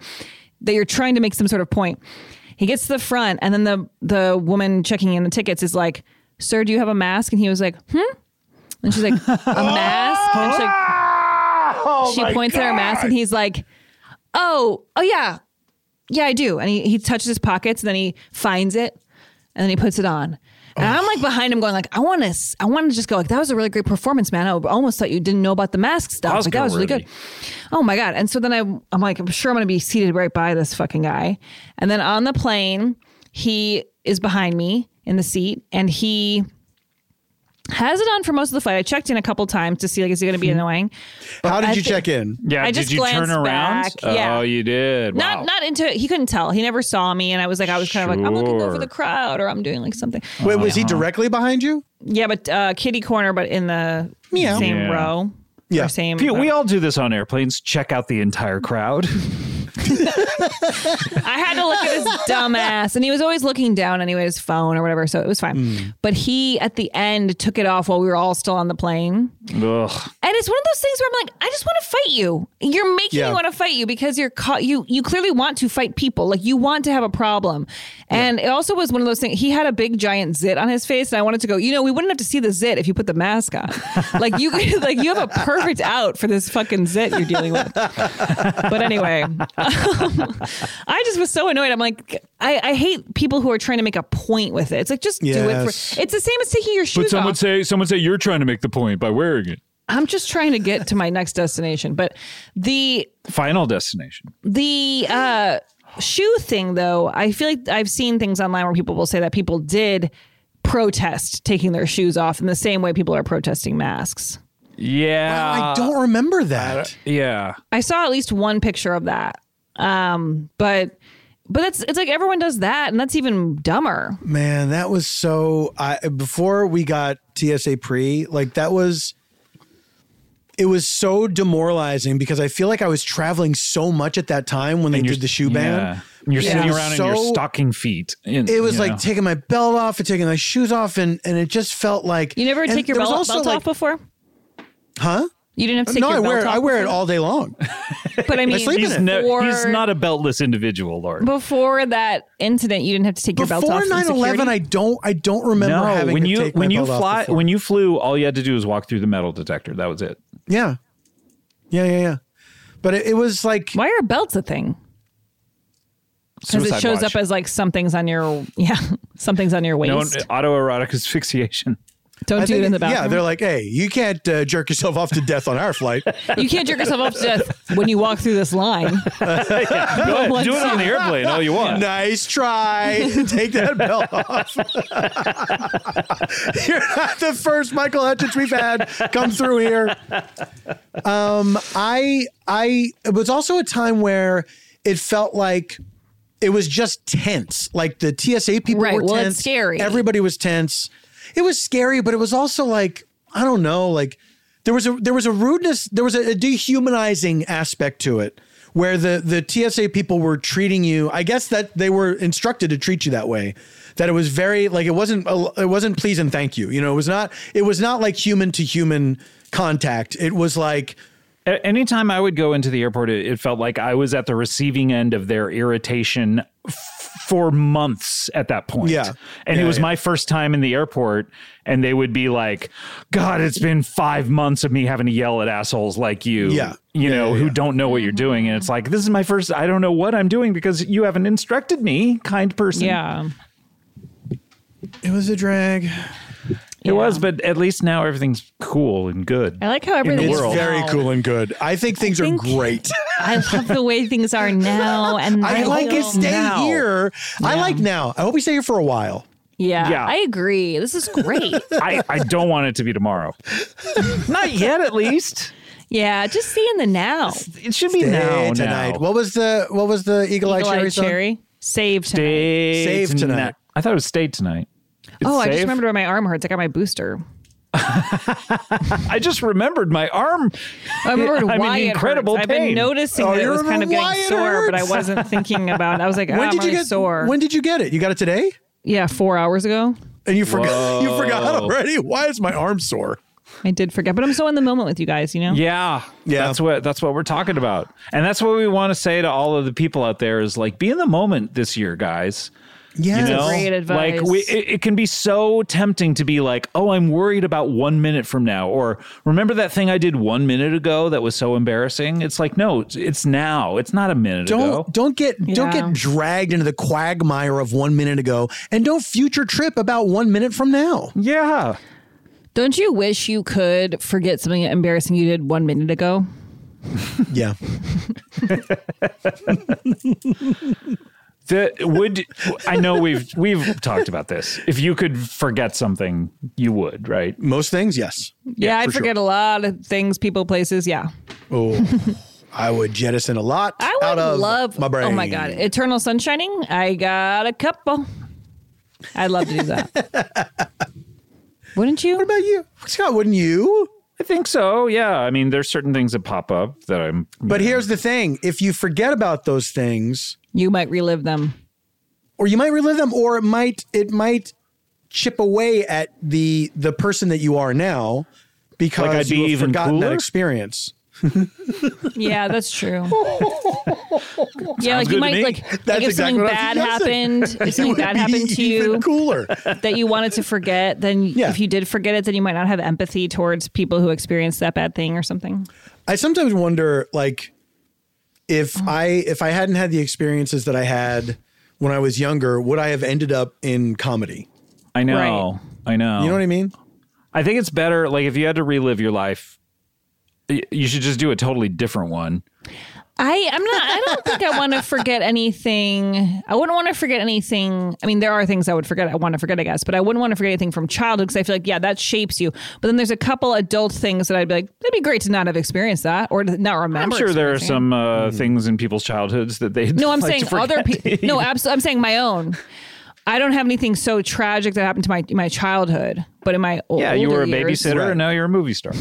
B: that you're trying to make some sort of point. He gets to the front, and then the the woman checking in the tickets is like, "Sir, do you have a mask?" And he was like, "Hmm." And she's like, "A mask." And she's like, she points at her mask, and he's like, "Oh, oh yeah, yeah, I do." And he he touches his pockets, and then he finds it, and then he puts it on. And I'm like behind him, going like, "I want to, I want to just go like that was a really great performance, man. I almost thought you didn't know about the mask stuff. Like that was really good." Oh my god! And so then I, I'm like, I'm sure I'm gonna be seated right by this fucking guy. And then on the plane, he is behind me in the seat, and he has it on for most of the flight. I checked in a couple times to see like, is he gonna be annoying?
D: How did
B: I
D: you
B: thi-
D: check in?
C: Yeah,
B: I
C: did
B: just
C: you turn
B: glanced
C: around?
B: back. Yeah.
C: Oh, you did. Wow.
B: Not not into he couldn't tell. He never saw me and I was like I was kind of like I'm looking over
C: Sure.
B: the crowd or I'm doing like something.
D: Wait, was he
C: Uh-huh.
D: directly behind you?
B: Yeah, but uh kitty corner but in the
D: Meow.
B: same
C: Yeah.
B: row.
C: Yeah.
B: Or same
C: Pete, we all do this on airplanes. Check out the entire crowd.
B: <laughs> I had to look at his dumb ass. And he was always looking down anyway, at his phone or whatever. So it was fine.
C: Hmm.
B: But he, at the end, took it off while we were all still on the plane.
C: Ugh.
B: And it's one of those things where I'm like, I just want to fight you. You're making
C: Yeah.
B: me want to fight you because you're caught. You you clearly want to fight people. Like you want to have a problem. And it also was one of those things. He had a big giant zit on his face, and I wanted to go. You know, we wouldn't have to see the zit if you put the mask
C: <laughs>
B: on. like you like you have a perfect out for this fucking zit you're dealing with. but anyway, I just was so annoyed. I'm like, I, I hate people who are trying to make a point with it. It's like just do it
C: Yes.
B: for. It's the same as taking your shoes off.
C: say someone say you're trying to make the point by wearing it.
B: I'm just trying to get to my next destination. But the
C: Final destination.
B: the uh, shoe thing, though, I feel like I've seen things online where people will say that people did protest taking their shoes off in the same way people are protesting masks.
C: Yeah.
D: I don't remember that.
C: yeah.
B: I saw at least one picture of that. Um, but but that's it's like everyone does that, and that's even dumber.
D: Man, that was so. I before we got TSA pre, like that was. It was so demoralizing because I feel like I was traveling so much at that time when they did the shoe ban.
C: Yeah. You're
D: Yeah.
C: sitting
D: It was
C: around in your
D: so-
C: stocking feet. and-
D: It was
C: you
D: like
C: know.
D: taking my belt off and taking my shoes off, and and it just felt like
B: You never
D: and
B: take your
D: there was
B: belt,
D: also,
B: belt
D: like-
B: off before,
D: Huh?
B: You didn't have to take
D: no,
B: your
D: I
B: belt
D: wear it,
B: off
D: I wear it
B: before?
D: all day long.
B: but
D: <laughs>
B: I mean,
C: he's, ne- he's not a beltless individual, Lord.
B: before that incident, you didn't have to take your belt off.
D: Before
B: in
D: 9/11,
B: security?
D: I don't I don't remember
C: no,
D: having
C: when
D: to
C: you
D: take my
C: when you
D: belt off
C: fly
D: before.
C: when you flew, all you had to do was walk through the metal detector. That was it.
D: Yeah. Yeah, yeah, yeah. But it, it was like
B: Why are belts a thing? because it
C: Suicide
B: shows
C: watch.
B: up as like something's on your <laughs> yeah something's on your waist.
C: No, autoerotic asphyxiation.
B: Don't do it in the bathroom.
D: Yeah, they're like, hey, you can't uh, jerk yourself off to death on
C: <laughs>
D: our flight.
B: you can't jerk yourself off to death when you walk through this
C: Go
B: line.
D: <laughs>
C: ahead, do it on the
B: <laughs>
C: airplane all you want. <laughs>
D: Nice try. Take that belt off. <laughs> You're not the first Michael Hutchins we've had come through here. Um, I I it was also a time where it felt like it was just tense. Like the TSA people
B: Right,
D: were
B: well, it's
D: tense.
B: scary.
D: Everybody was tense. It was scary, but it was also like I don't know, like there was a there was a rudeness, there was a, a dehumanizing aspect to it where the the TSA people were treating you. I guess that they were instructed to treat you that way. That it was very like it wasn't a- it wasn't please and thank you. You know, it was not it was not like human to human contact. It was like
C: A- Anytime I would go into the airport, it, it felt like I was at the receiving end of their irritation f- for months at that point.
D: Yeah.
C: And it
D: Yeah,
C: was
D: yeah.
C: my first time in the airport, and they would be like, God, it's been five months of me having to yell at assholes like you.
D: Yeah.
C: You know, who don't know what you're doing. And it's like, this is my first, I don't know what I'm doing because you haven't instructed me, kind person.
B: Yeah.
D: It was a drag.
C: It was, but at least now everything's cool and good.
B: I like how everything
C: in the
B: is
C: world.
B: very cool
D: and good. I think things
B: think-
D: are great.
B: I love the way things are <laughs> now, and
D: I like
B: feel
D: it stay
B: now.
D: here. I like now. I hope we stay here for a while.
B: Yeah,
C: Yeah.
B: I agree. This is great. <laughs>
C: I, I don't want it to be tomorrow. Not yet, at least.
B: yeah, just stay in the now.
C: It should be now,
D: tonight.
C: now.
D: What was the what was the Eagle Eye Cherry?
B: Eagle-eyed
D: song?
B: cherry. Save tonight.
C: Stay
D: Save tonight.
C: I thought it was stay tonight. It's
B: oh, I just
C: save?
B: remembered where my arm hurts. I got
C: <laughs>
B: my booster.
C: I just remembered my arm.
B: I remembered
C: I'm in
B: why it
C: incredible
B: hurts. I've been
C: pain.
B: noticing
C: Oh,
B: that it
C: you
B: was kind of
C: remember why
B: getting
C: it
B: sore, but I
C: hurts?
B: <laughs> wasn't thinking about. I was like, when did you get sore?
D: When did you get it? You got it today?
B: Yeah, four hours ago.
D: And you forgot <laughs> you
C: Whoa.
D: forgot already? Why is my arm sore?
B: I did forget, but I'm so in the moment with you guys. You know.
C: Yeah, yeah. That's what that's what we're talking about, and that's what we want to say to all of the people out there is like, be in the moment this year, guys.
D: Yes.
B: Great advice.
C: Like we, it, it can be so tempting to be like, oh, I'm worried about one minute from now, or remember that thing I did one minute ago that was so embarrassing. It's like, no, it's, it's now. It's not a minute
D: Don't
C: ago.
D: don't get don't
C: Yeah.
D: get dragged into the quagmire of one minute ago and don't future trip about one minute from now.
C: Yeah.
B: Don't you wish you could forget something embarrassing you did one minute ago?
D: Yeah.
C: The, would I know we've we've talked about this. If you could forget something, you would, right?
D: Most things, yes.
B: Yeah, I forget a lot of things, people, places. Yeah. <laughs>
D: Oh, I would jettison a lot
B: I would
D: out of
B: love
D: my brain.
B: Oh my god. Eternal sunshining. I got a couple. I'd love to do that.
D: <laughs>
B: wouldn't you? What
D: about you, Scott? Wouldn't you?
C: I think so. Yeah. I mean, there's certain things that pop up that I'm.
D: But here's the thing: if you forget about those things,
B: you might relive them,
D: or you might relive them, or it might it might chip away at the the person that you are now because
C: Like I'd be
D: you have
C: even
D: forgotten that
C: cooler?
D: experience.
B: yeah, that's
D: <laughs>
B: true. yeah,
D: Sounds
B: like
D: good to
B: you might
D: me.
B: like, like
D: That's
B: if
D: exactly
B: something
D: what I was
B: bad
D: suggesting.
B: happened,
D: <laughs> You
B: if something
D: would
B: bad
D: be
B: happened to
D: even
B: you, <laughs>
D: cooler
B: that you wanted to forget, then if you did forget it, then you might not have empathy towards people who experienced that bad thing or something.
D: I sometimes wonder, like, if I if I hadn't had the experiences that I had when I was younger, would I have ended up in comedy?
C: I know. I know.
D: You know what I mean?
C: I think it's better. Like if you had to relive your life Y- You should just do a totally different one.
B: I I'm not I don't think I want to forget anything. I wouldn't want to forget anything. I mean, there are things I would forget I want to forget, I guess, but I wouldn't want to forget anything from childhood because I feel like yeah, that shapes you. But then there's a couple adult things that I'd be like, that'd be great to not have experienced that or to not
C: I'm
B: remember.
C: sure there are
B: experiencing it.
C: some uh, things in people's childhoods that they <laughs>
B: No, I'm
C: like to
B: saying other
C: forget. <laughs>
B: people. No, absolutely. I'm saying my own. I don't have anything so tragic that happened to my my childhood, but in my o-
C: Yeah, you
B: older
C: were a
B: years-
C: babysitter, and now you're a movie star.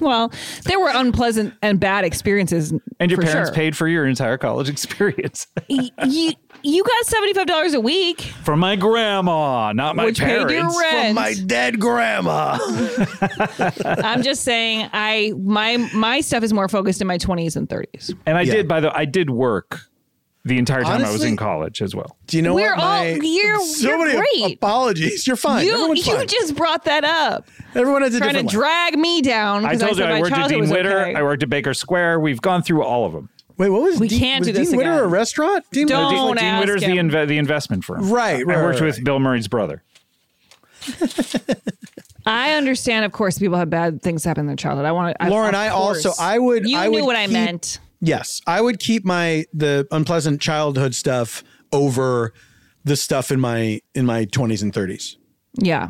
B: Well, there were unpleasant and bad experiences,
C: And your
B: for
C: parents
B: sure.
C: paid for your entire college experience
B: Y- you you got seventy five dollars a week.
C: from my grandma, not my
B: Which paid your
C: parents.
B: rent. From my
C: dead grandma.
B: <laughs> I'm just saying, I my my stuff is more focused in my twenties and thirties.
C: And I did, by the way, I did work the entire time Um, I was
B: Honestly-
C: in college as well.
D: Do you
B: know We're what? all- My- you're-
D: so
B: you're
D: many ap-
B: great.
D: apologies. You're fine.
B: You
D: Everyone's
B: you
D: fine.
B: just brought that up.
D: Everyone has a
B: trying to
D: different life.
B: drag me down.
C: I
B: 'cause
C: told you
B: said
C: I
B: my
C: worked at
B: childhood
C: Dean
B: was
C: Witter.
B: okay.
C: I worked at Baker Square. We've gone through all of them.
D: Wait, what was
B: We can't
D: was
B: do this
D: Dean Witter
B: again.
D: a restaurant? Dean,
C: No,
B: Don't
C: Dean, Dean
B: ask
C: Witter's
B: him.
C: the inve- the investment firm.
D: Right, right,
C: I worked
D: right,
C: with Bill Murray's brother.
B: I understand, of course, people have bad things happen in their childhood. I want to,
D: Lauren, I also I would
B: You
D: I
B: knew
D: would
B: what I
D: keep-
B: meant.
D: Yes, I would keep my the unpleasant childhood stuff over the stuff in my in my 20s and 30s.
B: Yeah,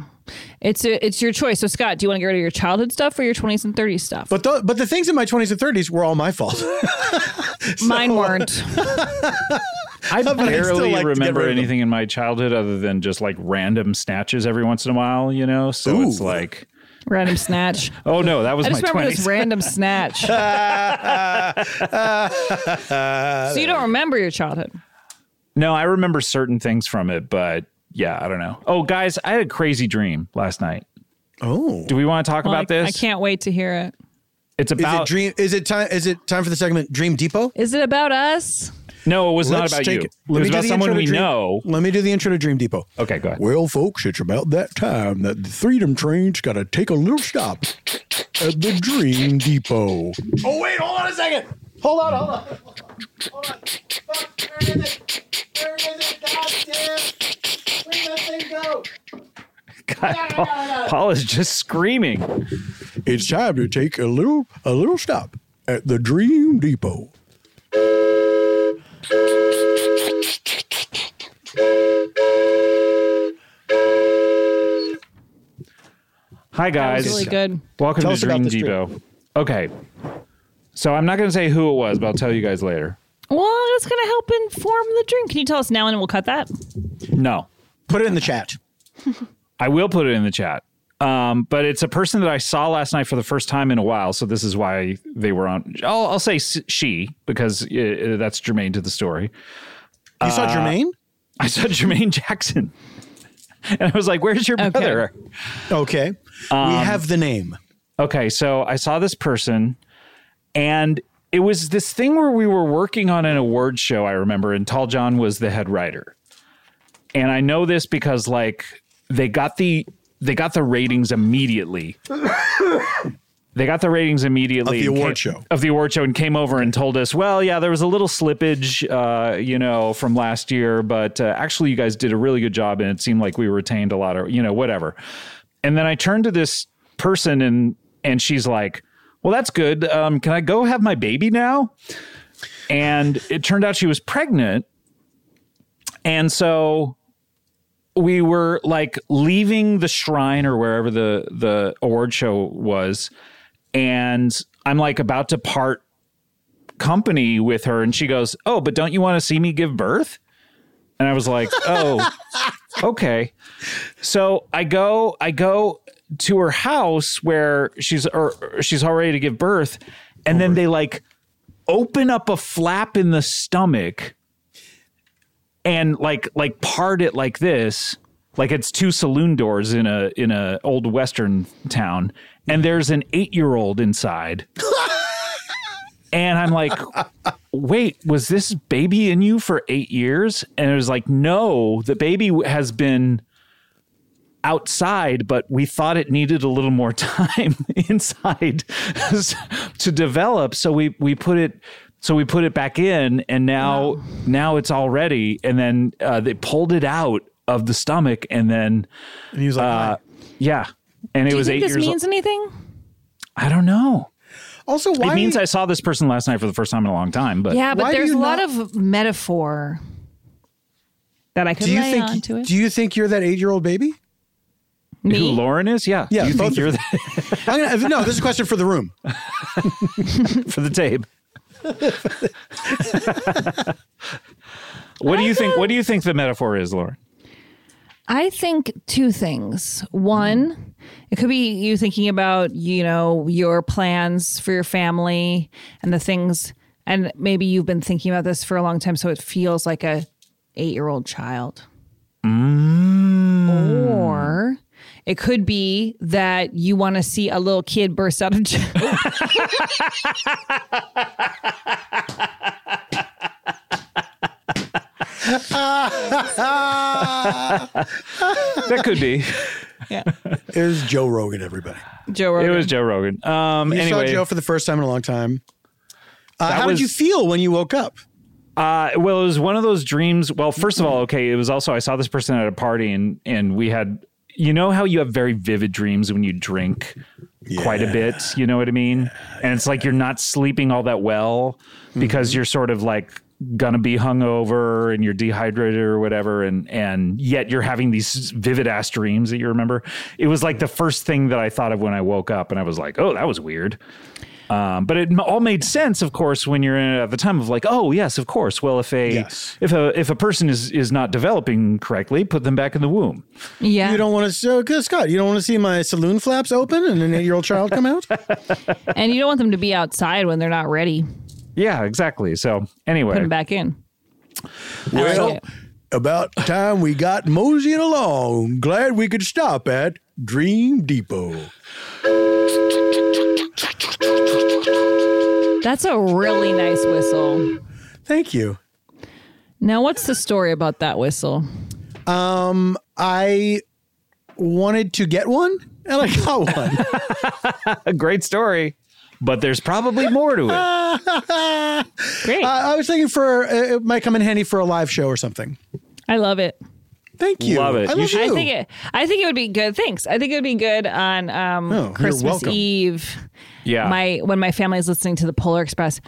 B: it's a, it's your choice. So, Scott, do you want to get rid of your childhood stuff or your twenties and thirties stuff?
D: But the, but the things in my 20s and 30s were all my fault.
B: Mine weren't.
C: I
D: <laughs> But I still
C: barely
D: like to get
C: remember
D: rid of them.
C: anything in my childhood other than just like random snatches every once in a while, you know? So it's like,
B: random snatch.
C: <laughs> oh no, that was
B: I
C: my
B: just remember
C: 20s.
B: this
C: <laughs>
B: random snatch. so you don't remember your childhood?
C: No, I remember certain things from it, but yeah, I don't know. Oh, guys, I had a crazy dream last night.
D: Oh.
C: Do we want to talk
B: Well, I-
C: about this?
B: I can't wait to hear it.
C: It's
D: is
C: about-
D: it dream is it time is it time for the segment Dream Depot?
B: Is it about us?
C: No, it was not
D: Let's
C: about you.
D: take it.
C: It,
D: Let
C: was
D: me do
C: about
D: the
C: someone
D: intro to
C: we
D: Dream-
C: know.
D: Let me do the intro to Dream Depot.
C: Okay, go ahead.
D: Well, folks, it's about that time that the Freedom Train's got to take a little stop at the Dream Depot. Oh wait, hold on a second. Hold on, hold on.
C: Paul is just screaming.
D: It's time to take a little a little stop at the Dream Depot.
C: Hi guys.
B: really good.
C: Welcome
B: Tell
C: to
B: us about
C: Dream
B: this dream.
C: Depot. Okay. So I'm not going to say who it was, but I'll tell you guys later.
B: Well, it's going to help inform the dream. Can you tell us now, and we'll cut that?
C: No.
D: Put it in the chat.
C: I will put it in the chat. Um, but it's a person that I saw last night for the first time in a while, so this is why they were on. I'll, I'll say s- she because uh, that's germane to the story. <laughs>
D: You
C: Uh,
D: saw Jermaine?
C: I saw Jermaine Jackson, <laughs> and I was like, "Where's
D: Uh,
C: your brother?"
D: Okay, we
C: Um,
D: have the name.
C: Okay, so I saw this person, and it was this thing where we were working on an award show. I remember, and Tall John was the head writer, and I know this because like they got the they got the ratings
D: <laughs>
C: immediately. They got the ratings immediately
D: Of the
C: and
D: award
C: came-
D: show.
C: of the award show and came over and told us, well, yeah, there was a little slippage, uh, you know, from last year, but uh, actually, you guys did a really good job, and it seemed like we retained a lot of, you know, whatever. And then I turned to this person and and she's like, well, that's good. Um, can I go have my baby now? And it turned out she was pregnant, and so we were like leaving the shrine or wherever the the award show was and i'm like about to part company with her and she goes oh but don't you want to see me give birth and i was like oh okay so i go i go to her house where she's or or she's all ready to give birth and then they like open up a flap in the stomach and like like part it like this like it's two saloon doors in a in a old western town and there's an 8-year-old inside and i'm like wait was this baby in you for 8 years and it was like no the baby has been outside but we thought it needed a little more <laughs> time inside <laughs> to develop so we we put it so we put it back in and now now it's all ready and then uh, they pulled it out of the stomach and then
D: and
C: Uh,
D: he was like
C: yeah and it
B: Do you
C: was
B: think
C: 8
B: this
C: years
B: means
C: old
B: anything?
C: I don't know
D: Also, why
C: it means I saw this person last night for the first time in a long time. But
B: yeah, but there's a lot of metaphor that I could
D: do you
B: lay
D: think
B: onto it.
D: do you think you're that eight year old baby?
C: Who Lauren is? Yeah.
D: Yeah.
C: Do you
D: both
C: think you're
D: of you. <laughs> I'm gonna, no, this is a question for
C: <laughs>
D: the room.
C: for the tape. <laughs> what do you think? What do you think the metaphor is, Lauren?
B: I think two things. One, it could be you thinking about, you know, your plans for your family and the things and maybe you've been thinking about this for a long time so it feels like a 8-year-old child.
D: Mm.
B: Or it could be that you want to see a little kid burst out of <laughs> jail.
C: that could be.
B: Yeah.
D: It was Joe Rogan, everybody.
B: Joe
C: It was Joe Rogan. Um,
D: you
C: anyway,
D: saw Joe for the first time in a long time. Uh,
C: That
D: how
C: was-
D: did you feel when you woke up?
C: Uh, well, it was one of those dreams. Well, first of all, okay, it was also I saw this person at a party and and we had you know how you have very vivid dreams when you drink quite a bit, you know what I mean? and it's like you're not sleeping all that well because you're sort of like gonna be hungover and you're dehydrated or whatever and and yet you're having these vivid ass dreams that you remember. It was like the first thing that I thought of when I woke up and I was like, "Oh, that was weird." Um, but it m- all made sense, of course, when you're in it at the time of like, oh yes, of course. Well, if a if a if a person is is not developing correctly, put them back in the womb.
B: Yeah.
D: You don't want to, so, good Scott, you don't want to see my saloon flaps open and an eight year old child come out?
B: and you don't want them to be outside when they're not ready.
C: <laughs> Yeah, exactly. So
B: Put
C: anyway,
B: them back in.
D: Well, about time we got moseying along. Glad we could stop at Dream Depot.
B: That's a really nice whistle.
D: Thank you.
B: Now, what's the story about that whistle?
D: Um, I wanted to get one and I <laughs>
B: <laughs>
D: got one.
C: a great story, but there's probably more to <laughs> it.
D: Great. I was thinking for uh, it might come in handy for a live show or something.
B: I love it.
D: Thank you.
C: Love it.
D: I
C: You
D: love
C: should-
D: you.
B: I think it. I think it would be good. Thanks. I think it would be good on um,
D: Oh, you're
B: Christmas
D: welcome.
B: Eve.
D: Yeah.
B: My when my family is listening to the Polar Express.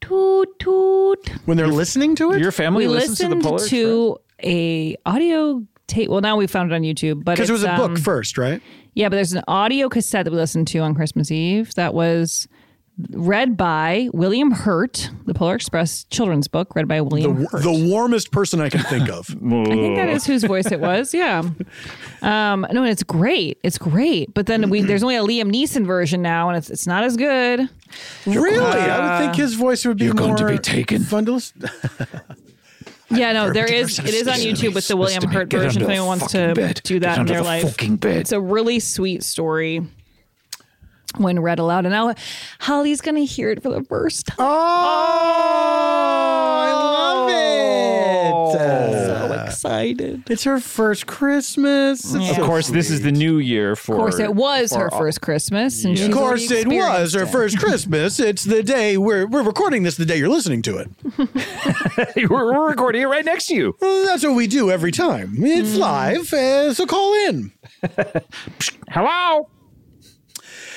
B: Toot toot.
D: when they're listening to it,
C: your family
B: we listened to, a audio tape. Well, now we found it on YouTube, but
D: because it was
B: it's,
D: a book
B: um,
D: first, right?
B: Yeah, but there's an audio cassette that we listened to on Christmas Eve that was read by William Hurt, the Polar Express children's book, read by William
D: The,
B: Hurt.
D: the warmest person I can think of.
B: I think that is whose voice it was.
E: <laughs>
B: Yeah. Um, no, and it's great. It's great. But then we there's only a Liam Neeson version now, and it's it's not as good.
D: <laughs> Really, I
B: Ah.
D: would think his voice would be
B: You're
D: more
B: going to be
D: taken. Fun to listen.
B: Yeah, no, Oh, there is. It is on YouTube with the William Hurt
E: get
B: version.
E: under
B: If
E: the
B: anyone wants
E: fucking
B: to
E: bed.
B: do that
E: Get
B: in
E: under
B: their
E: the
B: life,
E: fucking bed.
B: it's a really sweet story when read aloud. And now Holly's gonna hear it for the first time.
D: Oh, I love
B: So excited!
D: It's her first Christmas. It's
C: Of
D: so
C: course, this is the new year for.
B: Of course, it was
C: for
B: her
C: all-
B: first Christmas, and
D: Of
B: she's already
D: course, it was her
B: experienced it.
D: first Christmas. It's the day we're we're recording this. The day you're listening to it.
C: <laughs> we're, we're recording it right next to you.
D: Well, that's what we do every time. It's live, uh, so call in.
C: Hello.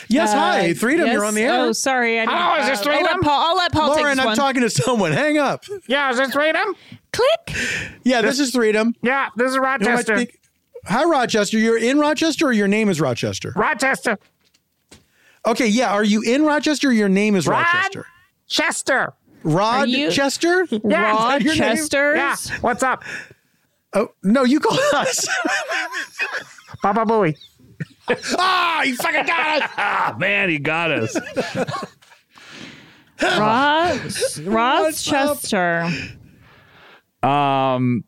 D: Yes,
B: Uh,
D: hi, Freedom.
B: yes.
D: You're on the air.
B: Oh, sorry. I didn't,
D: Hello, is this
B: I'll let
D: Freedom?
B: Paul, I'll let Paul take
D: Lauren,
B: this
D: I'm
B: one.
D: talking to someone. Hang up.
C: Yeah, is this Freedom?
B: Click.
D: <laughs> Yeah, this is Freedom.
C: Yeah, this is
D: Who am I speak- Hi, Rochester. You're in Rochester, or your name is Rochester?
C: Rochester.
D: Okay, yeah. Are you in Rochester? or Your name is Rochester.
C: Chester.
D: Rod
C: you-
D: Chester? <laughs> Is that your name?
C: What's up?
D: Oh no, you call us.
C: Papa Bowie.
D: <laughs> Ah, you fucking got us.
C: Ah, man, he got us.
B: <laughs> Ross, Rochester.
C: Um,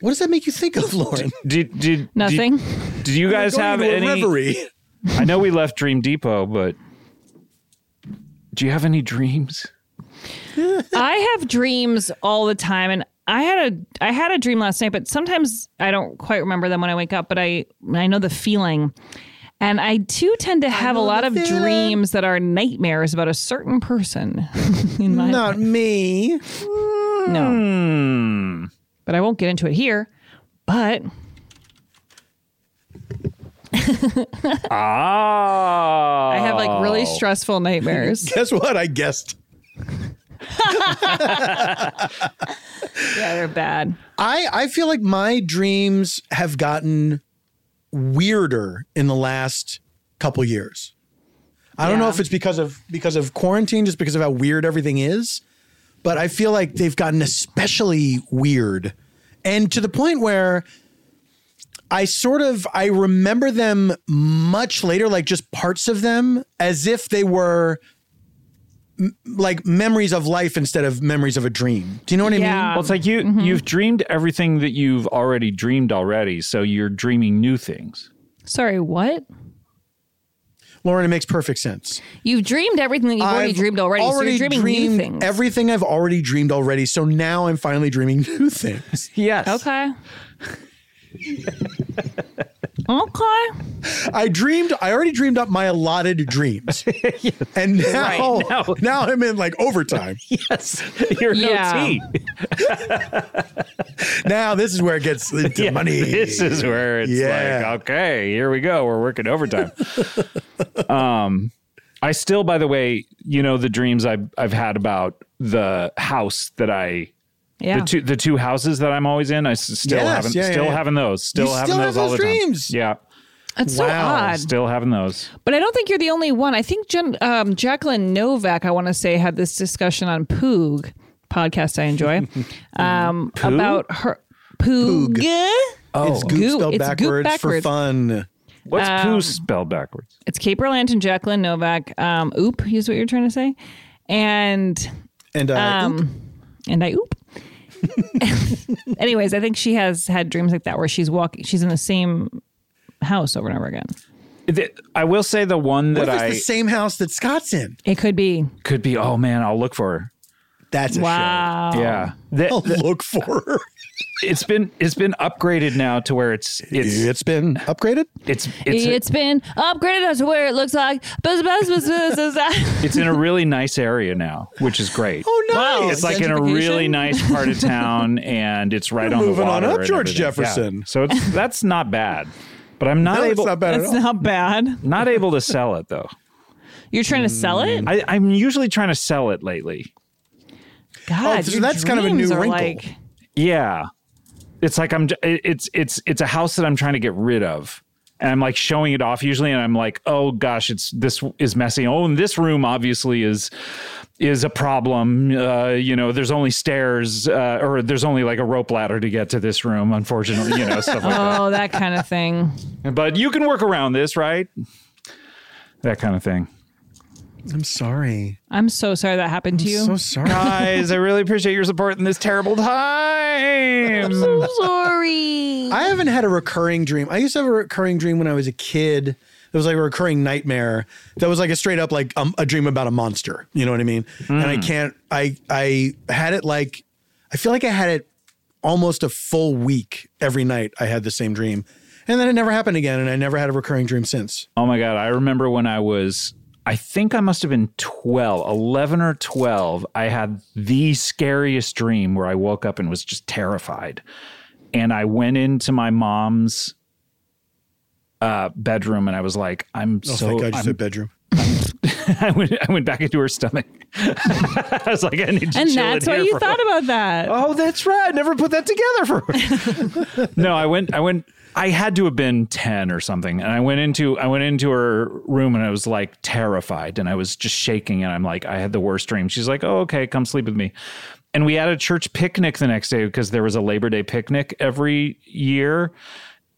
D: what does that make you think of, Lauren?
C: <laughs> Did did
B: Nothing.
C: Did, did you
D: We're
C: guys
D: going
C: have
D: into a
C: any
D: reverie.
C: I know we left Dream Depot, but do you have any dreams?
B: I have dreams all the time, and I had a I had a dream last night, but sometimes I don't quite remember them when I wake up. But I I know the feeling, and I do tend to have a lot of dreams that are nightmares about a certain person. <laughs> in my
D: Not me.
B: no, but I won't get into it here. But
C: Ah.
B: I have like really stressful nightmares.
D: <laughs> Guess what? I guessed.
B: yeah, they're bad.
D: I, I feel like my dreams have gotten weirder in the last couple years. I don't know if it's because of because of quarantine, just because of how weird everything is, but I feel like they've gotten especially weird. And to the point where I sort of I remember them much later, like just parts of them, as if they were m- like memories of life instead of memories of a dream. Do you know what I mean?
C: Well, it's like you you've <laughs> dreamed everything that you've already dreamed already, so you're dreaming new things.
B: Sorry, what?
D: Lauren, it makes perfect sense.
B: You've dreamed everything that you've already
D: I've
B: dreamed already.
D: already
B: so you're dreaming
D: dreamed
B: new things.
D: Everything I've already dreamed already. So now I'm finally dreaming <laughs> new things.
C: yes.
B: Okay. okay.
D: I dreamed. I already dreamed up my allotted
C: <laughs>
D: dreams, and now,
C: Right,
D: now I'm in like
C: <laughs>
D: overtime.
C: yes, <laughs> you're an
D: Yeah.
C: OT.
D: now this is where it gets into
C: Yeah, <laughs>
D: money.
C: This is where it's like, okay, here we go. We're working <laughs> overtime. um, I still, by the way, you know the dreams I've I've had about the house that I.
E: Yeah.
C: The two the two houses that I'm always in, I s- still
E: Yes,
C: haven't
E: yeah, yeah,
C: still
E: yeah.
C: having those. Still
E: You
C: having
E: still
C: those
E: have
C: all
E: those
C: the time.
E: dreams?
C: Yeah.
B: That's so odd.
C: Still having those.
B: But I don't think you're the only one. I think Jen, um, Jacqueline Novak, I want to say, had this discussion on Poog podcast I enjoy um,
D: Poo?
B: about her Poog.
D: Oh, it's goop
B: Goo-
D: spelled
B: it's goop
D: backwards for
B: backwards.
D: fun.
B: What's Um, poo
C: spelled backwards?
B: It's Kate Berlant and Jacqueline Novak. Um, oop is what you're trying to say, and
D: And I oop.
B: um, and I oop. <laughs> Anyways, I think she has had dreams like that where she's walking, she's in the same house over and over again.
C: Th- I will say the one
D: What
C: that
D: if it's
C: I
D: the same house that Scott's in?
B: It could be.
C: could be. Oh man, I'll look for her.
D: That's a
B: Wow.
D: show.
C: Yeah,
D: I'll look for her.
C: It's been it's been upgraded now to where it's it's
D: it's been upgraded.
C: It's it's
B: it's been upgraded to where it looks like. Buzz, buzz, buzz, buzz, buzz, buzz.
C: it's in a really nice area now, which is great.
D: Oh, nice.
C: It's like in a really nice part of town, and it's right
D: We're
C: on the
D: moving on
C: water
D: up,
C: and
D: George
C: everything.
D: Jefferson.
C: Yeah. So it's, that's not bad, but I'm not
D: No, it's
C: able.
D: not bad at It's all.
B: not bad.
C: Not able to sell it though.
B: You're trying to sell it?
C: I, I'm usually trying to sell it lately.
B: God,
D: so
B: your
D: that's kind of a new
B: dreams are
D: wrinkle.
B: Like,
C: Yeah. It's like I'm it- it's it's it's a house that I'm trying to get rid of. And I'm like showing it off usually and I'm like, "Oh gosh, it's this is messy. Oh, and this room obviously is is a problem. Uh, you know, there's only stairs uh, or there's only like a rope ladder to get to this room, unfortunately, you know, stuff like that.
B: oh, that kind of thing.
C: But you can work around this, right? That kind of thing.
D: I'm sorry.
B: I'm so sorry that happened to you.
D: so sorry.
C: Guys, I really appreciate your support in this terrible
D: <laughs>
C: time. I'm
B: sorry.
D: I haven't had a recurring dream. I used to have a recurring dream when I was a kid. It was like a recurring nightmare that was like a straight up like um, a dream about a monster. You know what I mean? And
C: Mm.
D: I can't. I I had it like I feel like I had it almost a full week every night. I had the same dream, and then it never happened again. And I never had a recurring dream since.
C: Oh my God. I remember when I was, I think I must have been 12, 11 or 12. I had the scariest dream where I woke up and was just terrified. And I went into my mom's uh, bedroom and I was like, I'm <laughs>
D: Oh,
C: so.
D: thank God you
C: I'm-
D: said bedroom.
C: I, went, I went back into her stomach. <laughs> I was like, I need to
B: and
C: chill
B: that's
C: in
B: why
C: here
B: you
C: for a
B: thought about that.
C: Oh, that's right. I never put that together for no, I went, I went, I had to have been 10 or something. And I went into, I went into her room and I was like terrified and I was just shaking. And I'm like, I had the worst dream. She's like, oh, okay, come sleep with me. And we had a church picnic the next day because there was a Labor Day picnic every year.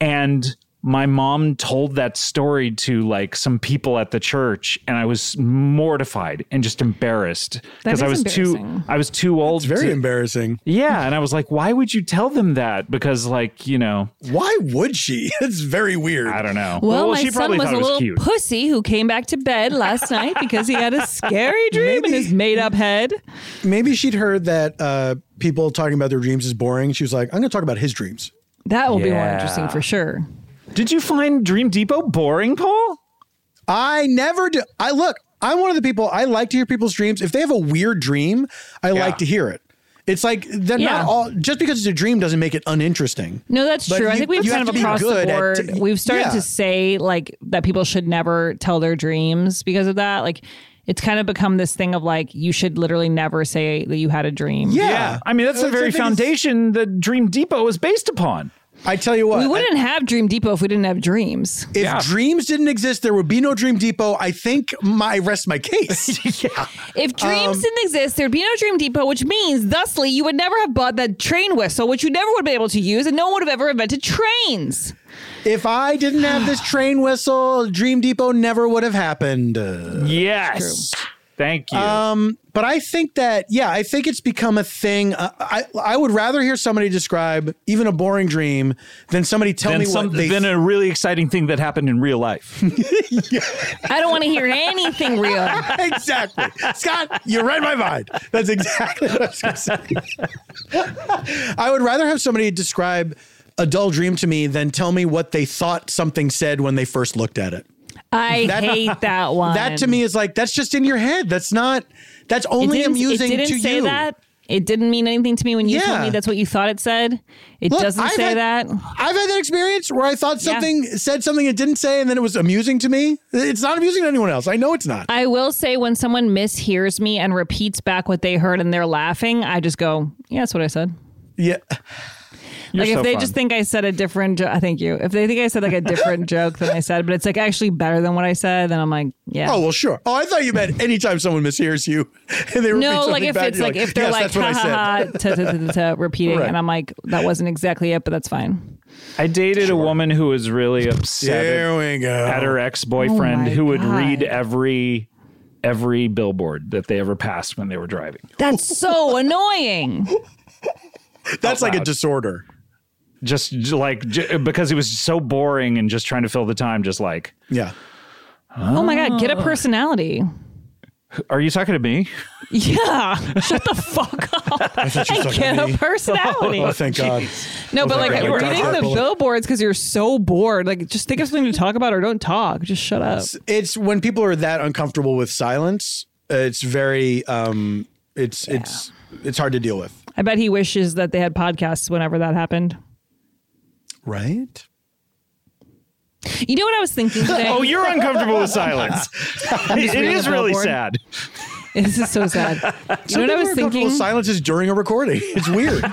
C: And my mom told that story to like some people at the church, and I was mortified and just embarrassed
D: That
C: because I
D: is
C: was too
D: embarrassing.
C: I was too old. It's
D: very embarrassing.
C: Yeah, and I was like, why would you tell them that? Because like you know,
D: why would she? <laughs> It's very weird.
C: I don't know.
B: Well, my son was
C: thought
B: a
C: it
B: little pussy who came back to bed last night because he had a scary dream in his made up head.
D: Maybe she'd heard that uh, people talking about their dreams is boring. She was like, I'm going to talk about his dreams.
B: That will be more interesting for sure.
C: Did you find Dream Depot boring, Paul?
D: I never do. I look, I'm one of the people I like to hear people's dreams. If they have a weird dream, I like to hear it. It's like they're
B: Yeah.
D: not all just because it's a dream doesn't make it uninteresting.
B: No, that's
D: But
B: true. I
D: you-
B: think we've
D: you
B: kind
D: have
B: of
D: to be
B: across the
D: good at
B: board.
D: t-
B: we've started
D: yeah.
B: to say like that people should never tell their dreams because of that. Like it's kind of become this thing of like you should literally never say that you had a dream.
C: I mean, that's the very foundation that Dream Depot is based upon.
D: I tell you what,
B: we wouldn't have Dream Depot if we didn't have dreams.
D: If dreams didn't exist, there would be no Dream Depot. I think my I rest
C: <laughs>
D: my case. yeah.
B: If dreams
D: Um,
B: didn't exist, there'd be no Dream Depot, which means, thusly, you would never have bought that train whistle, which you never would have been able to use, and no one would have ever invented trains.
D: If I didn't
C: <sighs>
D: have this train whistle, Dream Depot never would have happened. Uh,
C: Yes. Thank you.
D: Um, but I think that yeah, I think it's become a thing. Uh, I I would rather hear somebody describe even a boring dream than somebody tell
C: Then
D: me
C: some-
D: what they
C: then a really exciting thing that happened in real life.
B: I don't want to hear anything real.
D: <laughs> exactly. Scott, you read my mind. That's exactly what I was going to say. <laughs> I would rather have somebody describe a dull dream to me than tell me what they thought something said when they first looked at it.
B: I
D: That-
B: hate that one.
D: That to me is like that's just in your head. That's not. That's
B: It
D: only
B: didn't-
D: amusing
B: It didn't
D: to
B: say
D: you.
B: that. It didn't mean anything to me when you told
D: Yeah.
B: me that's what you thought it said. It
D: Look,
B: doesn't
D: I've
B: say
D: had-
B: that.
D: I've had that experience where I thought
B: Yeah.
D: something said something it didn't say, and then it was amusing to me. It's not amusing to anyone else. I know it's not.
B: I will say when someone mishears me and repeats back what they heard and they're laughing, I just go, "Yeah, that's what I said."
D: Yeah.
B: like if they just think I said a different joke, I thank you. If they think I said like a
D: <laughs>
B: different joke than I said, but it's like actually better than what I said, then I'm like, yeah.
D: Oh well, sure. Oh, I thought you meant anytime someone mishears you, <laughs> and they repeat
B: no, like
D: something
B: if
D: bad,
B: it's
D: you're
B: like, if they're
D: "Yes,
B: like
D: that's what I
B: ha
D: said."
B: ha ha, ta, ta, ta, ta,
D: <laughs>
B: ta, repeating,
C: Right.
B: and I'm like, that wasn't exactly it, but that's fine.
C: I dated a woman who was really upset
D: There we go.
C: at her ex boyfriend
B: Oh my
C: who would
B: God.
C: read every every billboard that they ever passed when they were driving. <laughs>
B: That's so annoying.
D: That's like a
C: loud.
D: disorder.
C: Just j- like j- because it was so boring and just trying to fill the time. Just like,
D: yeah.
B: Oh my god, get a personality.
C: Are you talking to me?
B: Yeah, <laughs> shut the fuck up. I
C: thought you were talking
B: <laughs> get
C: to
B: a
C: me.
B: personality.
C: Oh, thank God.
B: No,
C: Oh,
B: but
C: thank
B: like
C: God.
B: reading
C: Dodge
B: the
C: that bullet.
B: billboards because you're so bored. Like, just think of something to talk about or don't talk. Just shut up.
D: It's, it's when people are that uncomfortable with silence. uh, It's very. Um, it's it's it's hard to deal with,
B: I bet he wishes that they had podcasts whenever that happened.
D: right?
B: You know what I was thinking today?
C: Oh, you're uncomfortable with
B: <laughs>
C: silence.
B: I'm just
C: It
B: reading
C: is
B: the
C: really
B: billboard.
C: sad.
B: <laughs> This is so sad. You know
D: Some
B: what I
D: people
B: was
D: are comfortable with
B: thinking?
D: Silence is during a recording. It's weird.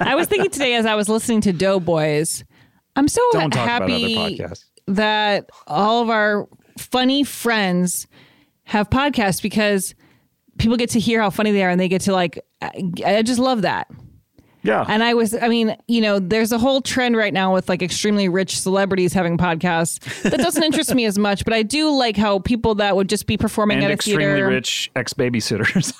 B: I was thinking today as I was listening to Doughboys. I'm so
D: Don't talk about other
B: happy
D: podcasts.
B: that all of our funny friends have podcasts because people get to hear how funny they are and they get to like. I, I just love that.
C: <laughs> Yeah.
B: And I was, I mean, you know, there's a whole trend right now with like extremely rich celebrities having podcasts.
C: <laughs>
B: That doesn't interest me as much, but I do like how people that would just be performing
C: and
B: at a
C: extremely
B: theater.
C: rich ex <laughs> babysitters.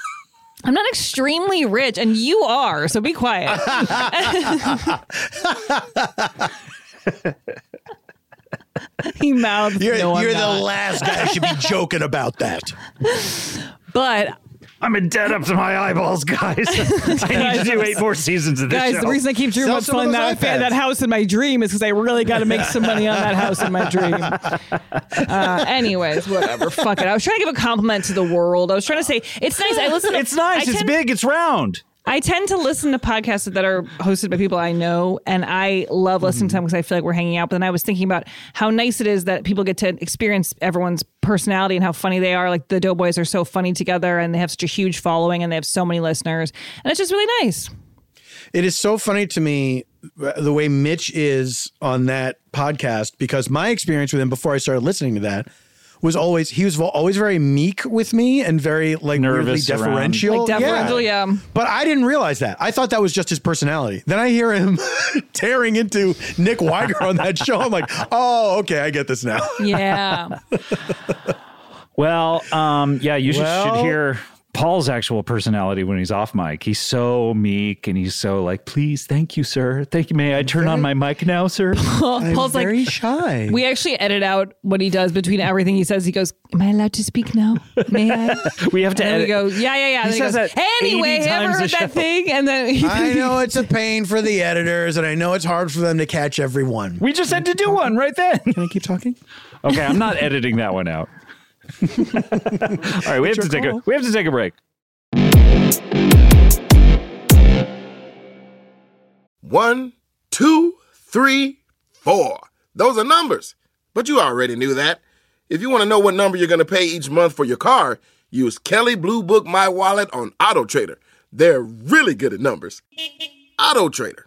B: I'm not extremely rich, and you are, so
C: <laughs>
B: be quiet. <laughs> he mouths.
D: You're,
B: "No, I'm
D: you're the
B: not."
D: last guy who should be joking about that.
B: But
C: I'm in debt up to my eyeballs,
B: <laughs>
C: guys. I need to do eight more seasons of this
B: guys,
C: show.
B: the reason I keep dreaming
C: Sell
B: about
C: some of
B: selling
C: those
B: that, fa-
C: iPads.
B: that house in my dream is because I really got to make some money on that house in my
C: <laughs>
B: dream. Uh, anyways, whatever. Fuck it. I was trying to give a compliment to the world. I was trying to say it's nice. I listen. To,
C: It's nice.
B: I
C: it's big. It's round.
B: I tend to listen to podcasts that are hosted by people I know, and I love
C: Mm-hmm.
B: listening to them because I feel like we're hanging out. But then I was thinking about how nice it is that people get to experience everyone's personality and how funny they are. Like the Doughboys are so funny together, and they have such a huge following, and they have so many listeners, and it's just really nice.
D: It is so funny to me uh, the way Mitch is on that podcast because my experience with him before I started listening to that was always he was vo- always very meek with me and very like weirdly
C: Nervous around.
D: deferential.
B: Like deferential, yeah.
D: But I didn't realize that. I thought that was just his personality. Then I hear him <laughs> tearing into Nick Weiger on that show. I'm like, oh, okay, I get this now.
B: <laughs> Yeah.
C: Well, um, yeah, you should,
D: Well-
C: should hear Paul's actual personality when he's off mic. He's so meek and he's so like, please, thank you, sir. Thank you. May I turn on my mic now, sir?
B: I'm Paul's like, very
D: shy.
B: We actually edit out what he does between everything he says. He goes, "Am I allowed to speak now? May I?"
C: <laughs> we have to
B: And then we
C: edit.
B: go, "Yeah, yeah, yeah."
C: He
B: And then
C: says
B: he goes,
C: that 80
B: anyway, have
C: times
B: you ever
C: a
B: heard that
C: show.
B: thing? And
C: <laughs>
B: then he,
D: I know it's a pain for the editors, and I know it's hard for them to catch everyone.
C: We just had to do one right then. Can
D: I keep talking?
C: Okay, I'm not editing that one out. All right, we have to
D: It's your
C: take a
D: call.
C: we have to take a break.
H: One, two, three, four. Those are numbers, but you already knew that. If you want to know what number you're going to pay each month for your car, use Kelly Blue Book My Wallet on Auto Trader. They're really good at numbers. Auto Trader.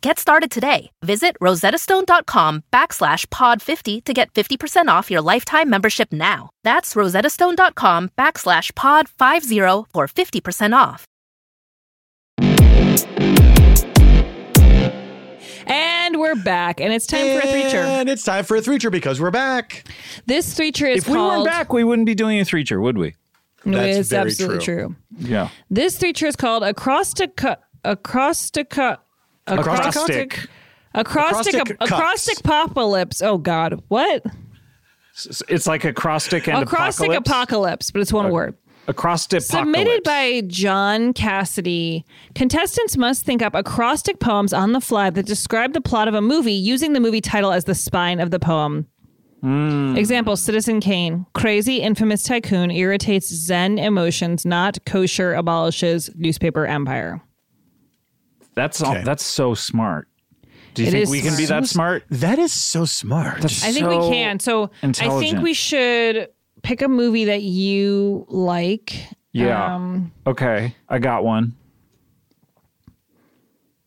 I: Get started today. Visit rosettastone.com backslash pod 50 to get 50% off your lifetime membership now. That's rosettastone.com backslash pod 50 for 50% off.
B: And we're back, and it's time for a threecher.
D: And it's time for a threecher because we're back.
B: This threecher is
C: If we weren't
B: called.
C: back, we wouldn't be doing a three-cheer, would we?
B: That's It's very absolutely true. true.
C: Yeah.
B: This threecher is called acrostica, acrostica,
C: Acrostic.
B: acrostic,
C: Acrostic
B: acrostic,
C: cups.
B: acrostic apocalypse. Oh God, what?
C: S- It's like acrostic and
B: acrostic apocalypse.
C: apocalypse.
B: but it's one word.
C: Acrostic
B: Submitted by John Cassidy, contestants must think up acrostic poems on the fly that describe the plot of a movie using the movie title as the spine of the poem. Example Citizen Kane, crazy, infamous tycoon, irritates Zen emotions, not kosher, abolishes newspaper empire.
C: That's all, that's so smart. Do you
B: It
C: think
B: is
C: we can be
B: smart.
C: that smart?
D: That is so smart.
B: I think we can. So I think
C: intelligent.
B: we should pick a movie that you like.
C: Yeah.
B: Um,
C: okay. I got one.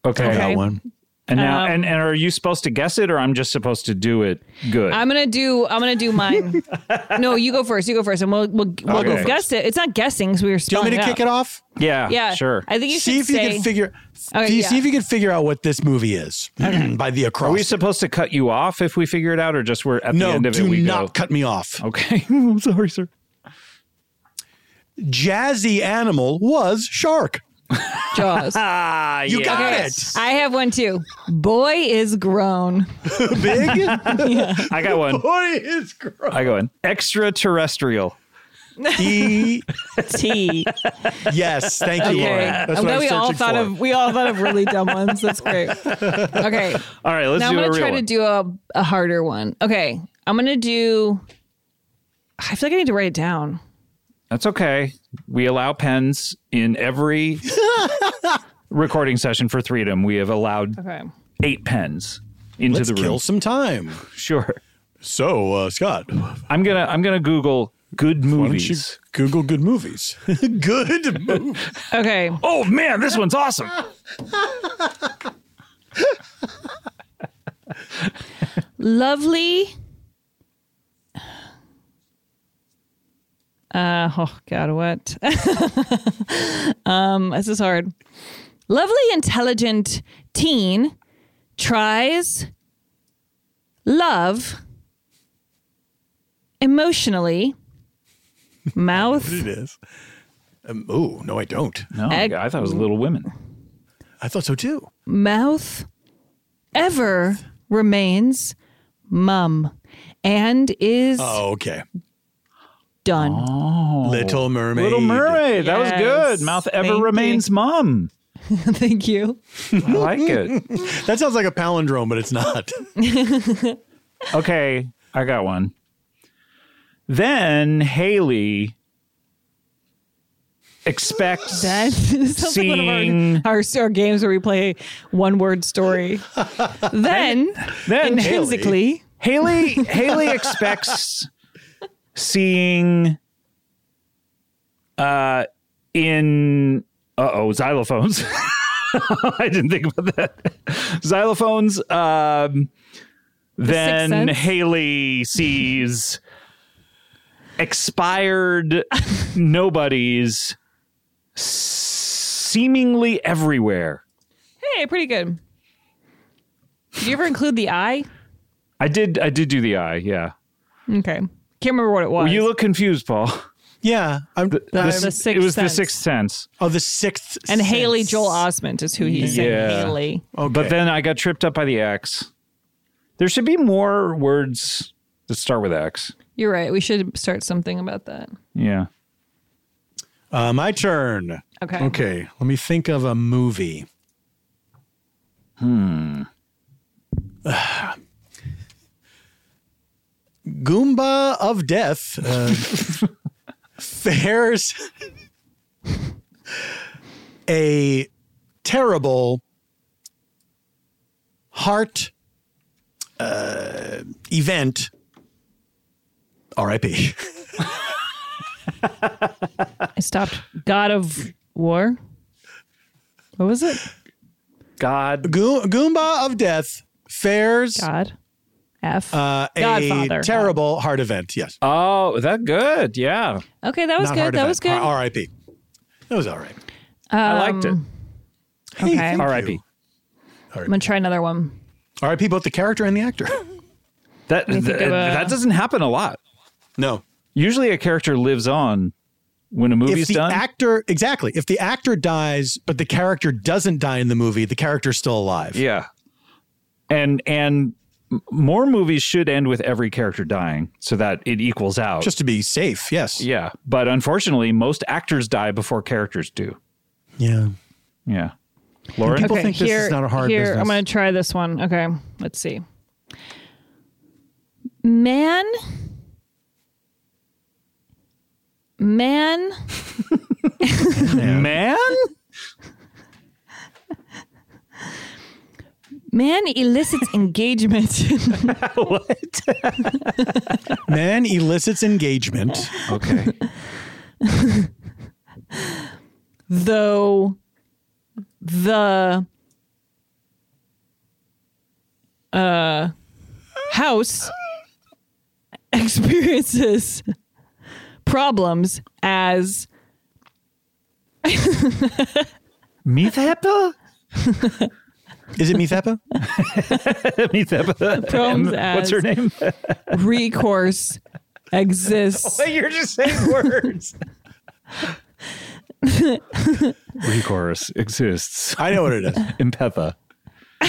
C: Okay.
B: I got Okay. one.
C: And now,
B: Um,
C: and, and are you supposed to guess it or I'm just supposed to do it good?
B: I'm gonna do. I'm gonna do mine. no, you go first. You go first, and we'll we'll, we'll
C: Okay.
B: guess it. It's not guessing because we were.
D: Do you want me to
B: spelling
D: kick it
B: out.
D: off?
C: Oh, Yeah.
B: Yeah. I think you
D: see
B: should
D: if you
B: say-
D: can figure.
B: Okay,
D: see, see
B: yeah.
D: if you can figure out what this
B: <clears throat>
D: movie is <clears throat> by the across.
C: Are we supposed to cut you off if we figure it out, or just we're at
D: No,
C: the end of
D: do
C: it? We
D: not
C: go,
D: cut me off.
C: Okay, <laughs> I'm sorry, sir.
D: Jazzy animal was shark.
B: Jaws.
C: Ah,
D: you <laughs> got
B: Okay,
D: it.
B: <laughs> I have one too. Boy is grown. <laughs>
D: Big.
C: I got one.
D: <laughs> Boy is gross.
C: I go in extraterrestrial.
D: E-
B: <laughs> T.
D: Yes, thank you, Laura. That's
B: I'm
D: what
B: glad
D: I was
B: we all
D: searching
B: thought
D: for.
B: of we all thought of really dumb ones. That's great.
D: <laughs>
B: Okay.
C: All right, let's
B: now
C: do
B: I'm
C: a
B: gonna
C: real
B: try to
C: one.
B: do a, a harder one. Okay. I'm gonna do I feel like I need to write it down.
C: That's okay. We allow pens in every recording session for Freedom. We have allowed
B: Okay.
C: eight pens into
D: Let's
C: the room.
D: kill some time.
C: <laughs> Sure.
D: So, uh, Scott, why
C: I'm gonna I'm gonna Google good
D: don't you
C: movies.
D: Google good movies? <laughs> good
C: <laughs>
D: movies.
B: Okay.
C: Oh man, this one's awesome.
B: Lovely. Uh, oh God, what? <laughs> um, this is hard. Lovely, intelligent teen tries love emotionally. Mouth.
D: <laughs> it is. Um, ooh, no, I don't.
C: No,
B: Egg-
C: I thought it was Little Women.
D: I thought so too.
B: mouth ever remains mum and is
D: Oh, okay.
B: done.
D: Little Mermaid.
C: Oh, Little Mermaid. That was
B: Yes.
C: good. Mouth ever
B: Thank you.
C: remains mum.
B: <laughs> Thank you.
C: I
D: <laughs>
C: like it.
D: That sounds like a palindrome, but it's not.
C: Okay, I got one. Then Haley expects
B: That <laughs> sounds like one
C: seeing.
B: of our, our, our games where we play one word
C: <laughs>
B: story. then,
C: Then
B: intrinsically,
C: Haley Haley expects seeing uh in uh oh xylophones. I didn't think about that. Xylophones. Um, then
B: Sense.
C: Haley sees expired nobodies seemingly everywhere.
B: hey, pretty good. Did you ever include the eye?
C: I did. I did do the eye. Yeah.
B: Okay, can't remember what it was.
C: Well, you look confused, Paul.
D: yeah. I'm,
B: The
D: I'm-
B: Sixth
C: it was the
B: Sense.
C: sixth sense.
D: oh, the sixth.
B: and Haley
D: Sense.
B: Joel Osment is who he's saying.
C: Yeah.
B: Haley.
D: Okay.
C: But then I got tripped up by the X. There should be more words that start with X.
B: You're right. We should start something about that.
C: Yeah.
D: Uh, my turn.
B: Okay.
D: Okay. Let me think of a movie. Hmm. <sighs> Goomba of Death uh, fares a terrible heart uh, event. <laughs> R.I.P.
B: I stopped. God of War. What was it?
D: God. Go- Goomba of Death fares.
B: God. F.
D: Uh, a
B: Godfather.
D: terrible heart event. Yes.
C: Oh, that good. Yeah.
B: Okay, that was good. That was good.
D: R.I.P. That was all right.
C: I liked it.
B: Um, Okay.
D: thank
C: R.I.P.
D: you.
B: I'm gonna try another one.
D: R.I.P. Both the character and
C: <laughs>
D: the actor.
C: That
B: Let me think
C: th-
B: of a-
C: that doesn't happen a lot.
D: No.
C: Usually a character lives on when a
D: if
C: movie's
D: the
C: done.
D: actor exactly, if the actor dies but the character doesn't die in the movie, the character's still alive.
C: yeah. And and m- more movies should end with every character dying so that it equals out.
D: Just to be safe, yes.
C: Yeah, but unfortunately most actors die before characters do.
D: Yeah.
C: Yeah. Lauren,
B: okay, here, here, I'm gonna try this one. Okay, let's see. Man, man,
D: <laughs>
C: man,
B: man elicits engagement. <laughs>
C: what?
D: Man elicits engagement.
C: Okay.
B: Though the uh house experiences problems as
C: Meathepa?
D: Is
C: <laughs>
D: it Meathepa?
C: Meathepa.
B: Problems
C: And What's her
B: as-
D: <laughs>
C: name?
B: recourse
C: <laughs>
B: exists.
C: You're just saying words. Recourse exists.
D: I know what it is.
C: Impetha. <laughs>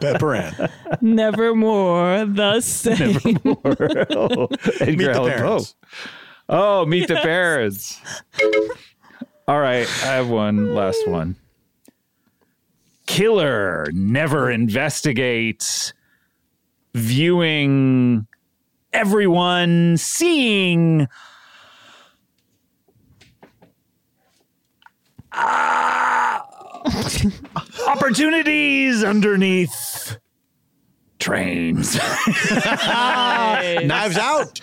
D: Pepperan.
B: Nevermore the same.
C: Nevermore.
D: <laughs>
C: Oh, Edgar
B: Meet the
C: Allan
B: parents.
C: Poe. Oh, meet the
B: Yes.
C: parents. All right, I have one last one. Killer never investigates viewing everyone seeing Ah! opportunities underneath trains.
D: Knives out.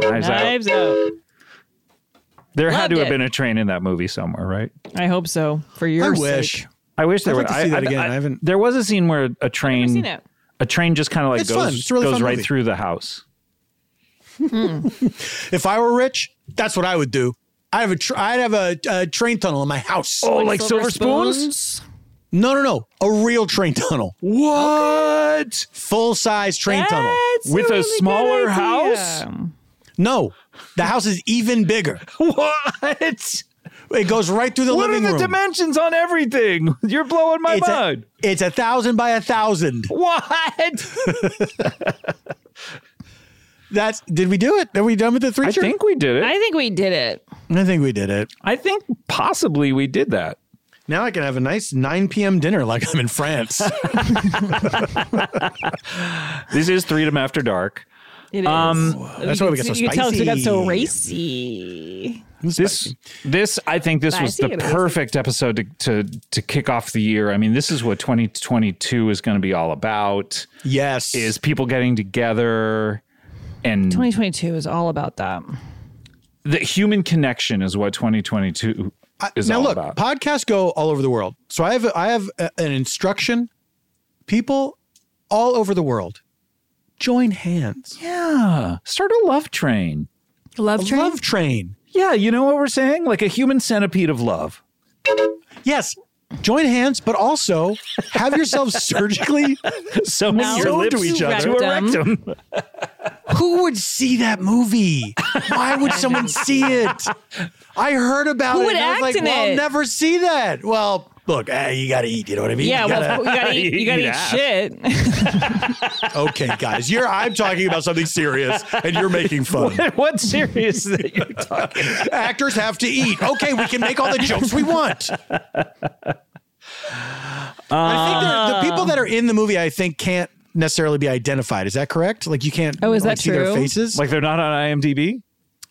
C: Knives,
B: Knives
C: out.
B: out.
C: There had
B: Loved
C: to have
B: it.
C: been a train in that movie somewhere, right?
B: I hope so. For your sake.
C: I wish there
D: I'd
C: were.
D: like to see that again. I
C: haven't. There was a scene <laughs> where a train,
B: seen it.
C: a train just kind of like
D: It's fun.
C: goes,
D: It's a really
C: goes
D: fun
C: right
D: movie.
C: through the house.
D: Hmm. <laughs> If I were rich, that's what I would do. I have a tr I'd have a, a train tunnel in my house.
C: Oh, Like like silver silver spoons? spoons?
D: No, no, no. A real train tunnel.
C: What?
D: Full size train tunnel
C: a With a really good um, smaller idea. house?
D: No, the house is even bigger.
C: <laughs> what?
D: It goes right through the
C: What are
D: living
C: the
D: room.
C: dimensions on everything? <laughs> You're blowing my
D: it's
C: mind.
D: A, it's a thousand by a thousand.
C: What?
D: <laughs> That's. Did we do it? Are we done with the three?
C: I think we did it.
B: I think we did it.
D: I think we did it.
C: I think possibly we did that.
D: Now I can have a nice 9 p.m. dinner like I'm in <laughs> France.
C: This is Freedom After Dark.
B: It is.
C: Um,
D: That's why we got so
B: You can tell it got so
C: spicy.
B: racy.
C: This, this, I think this
B: I
C: was
B: see
C: the
B: it.
C: perfect episode to, to to kick off the year. I mean, this is what 2022 is going to be all about.
D: Yes,
C: is people getting together and
B: 2022 is all about that.
C: the human connection is what 2022 is
D: now
C: all
D: look,
C: about.
D: podcasts go all over the world. So I have I have a- an instruction. People all over the world join hands.
C: Yeah, Ah, start a love train.
B: Love
D: train. Love train.
C: Yeah, you know what we're saying? Like a human centipede of love.
D: Yes. Join hands, but also have
C: <laughs>
D: yourselves surgically
C: sewn
B: Now your
D: to
C: lips <laughs>
D: each
C: to
D: other.
C: a rectum.
D: Who would see that movie? Why would someone see it? I heard about
B: Who
D: it.
B: would
D: and I was
B: act
D: like,
B: in
D: well, I'll
B: it?
D: never see that. Well, Look, ah, you got to eat. You know what I mean?
B: yeah,
D: you
B: well, you gotta eat, you gotta eat
C: <laughs>
B: shit.
D: shit. Okay, guys, you're. I'm talking about something serious, and you're making fun.
C: What, what serious that you're talking?
D: Actors have to eat. Okay, we can make all the jokes we want. I think they're- the people that are in the movie, I think, can't necessarily be identified. Is that correct? Like you can't.
C: Oh, is
D: like,
C: that
D: see Their
C: true?
D: faces,
C: Like, they're not on IMDb.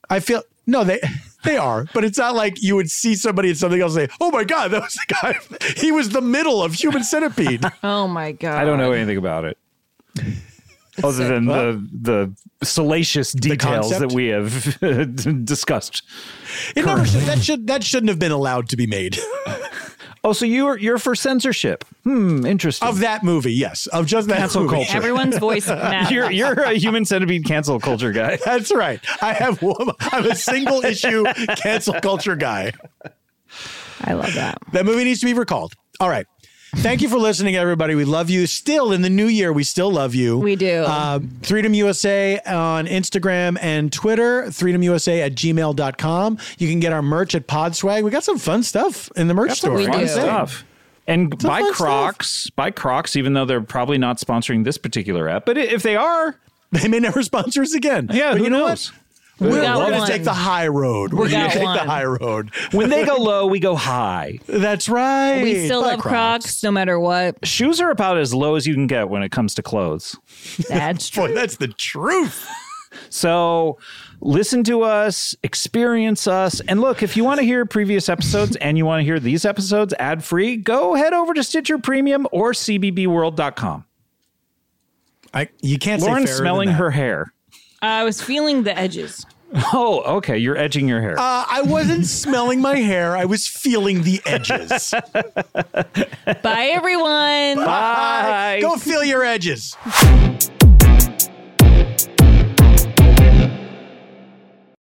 D: I feel no, they <laughs> they are, but it's not like you would see somebody in something else and say, "Oh my god, that was the guy. <laughs> He was the middle of Human Centipede."
B: <laughs> oh my god!
C: I don't know anything about it. Other than the the salacious details
D: concept?
C: that we <laughs> have discussed.
D: It never should, that should that shouldn't have been allowed to be made.
C: <laughs> oh, so you're you're for censorship? Hmm, interesting.
D: Of that movie, yes. Of just that
C: cancel
D: movie.
C: culture.
D: Everyone's voice
C: <laughs>
D: matters.
C: you're you're a human centipede cancel culture guy.
D: <laughs> That's right. I have one. I'm
C: <laughs>
D: a single issue cancel culture guy.
B: I love that.
D: That movie needs to be recalled. All right. Thank you for listening, everybody. We love you. Still in the new year, we still love you. We
B: do.
D: Uh, Freedom USA on Instagram and Twitter, freedomusa at gmail.com. You can get our merch at Podswag. We got some fun stuff in the merch
C: That's
D: store.
C: some fun
D: I'm saying.
C: stuff. And
D: Some
C: buy
D: fun stuff.
C: Crocs, buy Crocs, even though they're probably not sponsoring this particular app. But i- if they are,
D: <laughs> they may never sponsor us again.
C: Yeah,
D: But
C: who
D: you know
C: knows?
D: We're,
C: Who
D: we're
C: knows?
D: going to take the high road.
C: We
D: We're going
C: got
D: to take
C: one.
D: the high road.
C: <laughs> When they go low, we go high.
D: That's right.
B: we still
D: Buy
B: love Crocs. no matter what.
C: Shoes are about as low as you can get when it comes to clothes.
B: <laughs> That's
D: true. Boy, that's the truth.
C: So listen to us, experience us. And look, if you want to hear previous episodes and you want to hear these episodes ad free, go head over to Stitcher Premium or CBBWorld.com.
D: I, you can't
B: say
C: Lauren's
B: fairer than
C: smelling
B: that.
C: her hair.
B: I was feeling the edges.
C: Oh, okay. You're edging your hair.
D: Uh, I wasn't smelling my hair. I was feeling the
C: <laughs>
D: edges.
B: Bye, everyone.
D: Bye. Go feel your edges.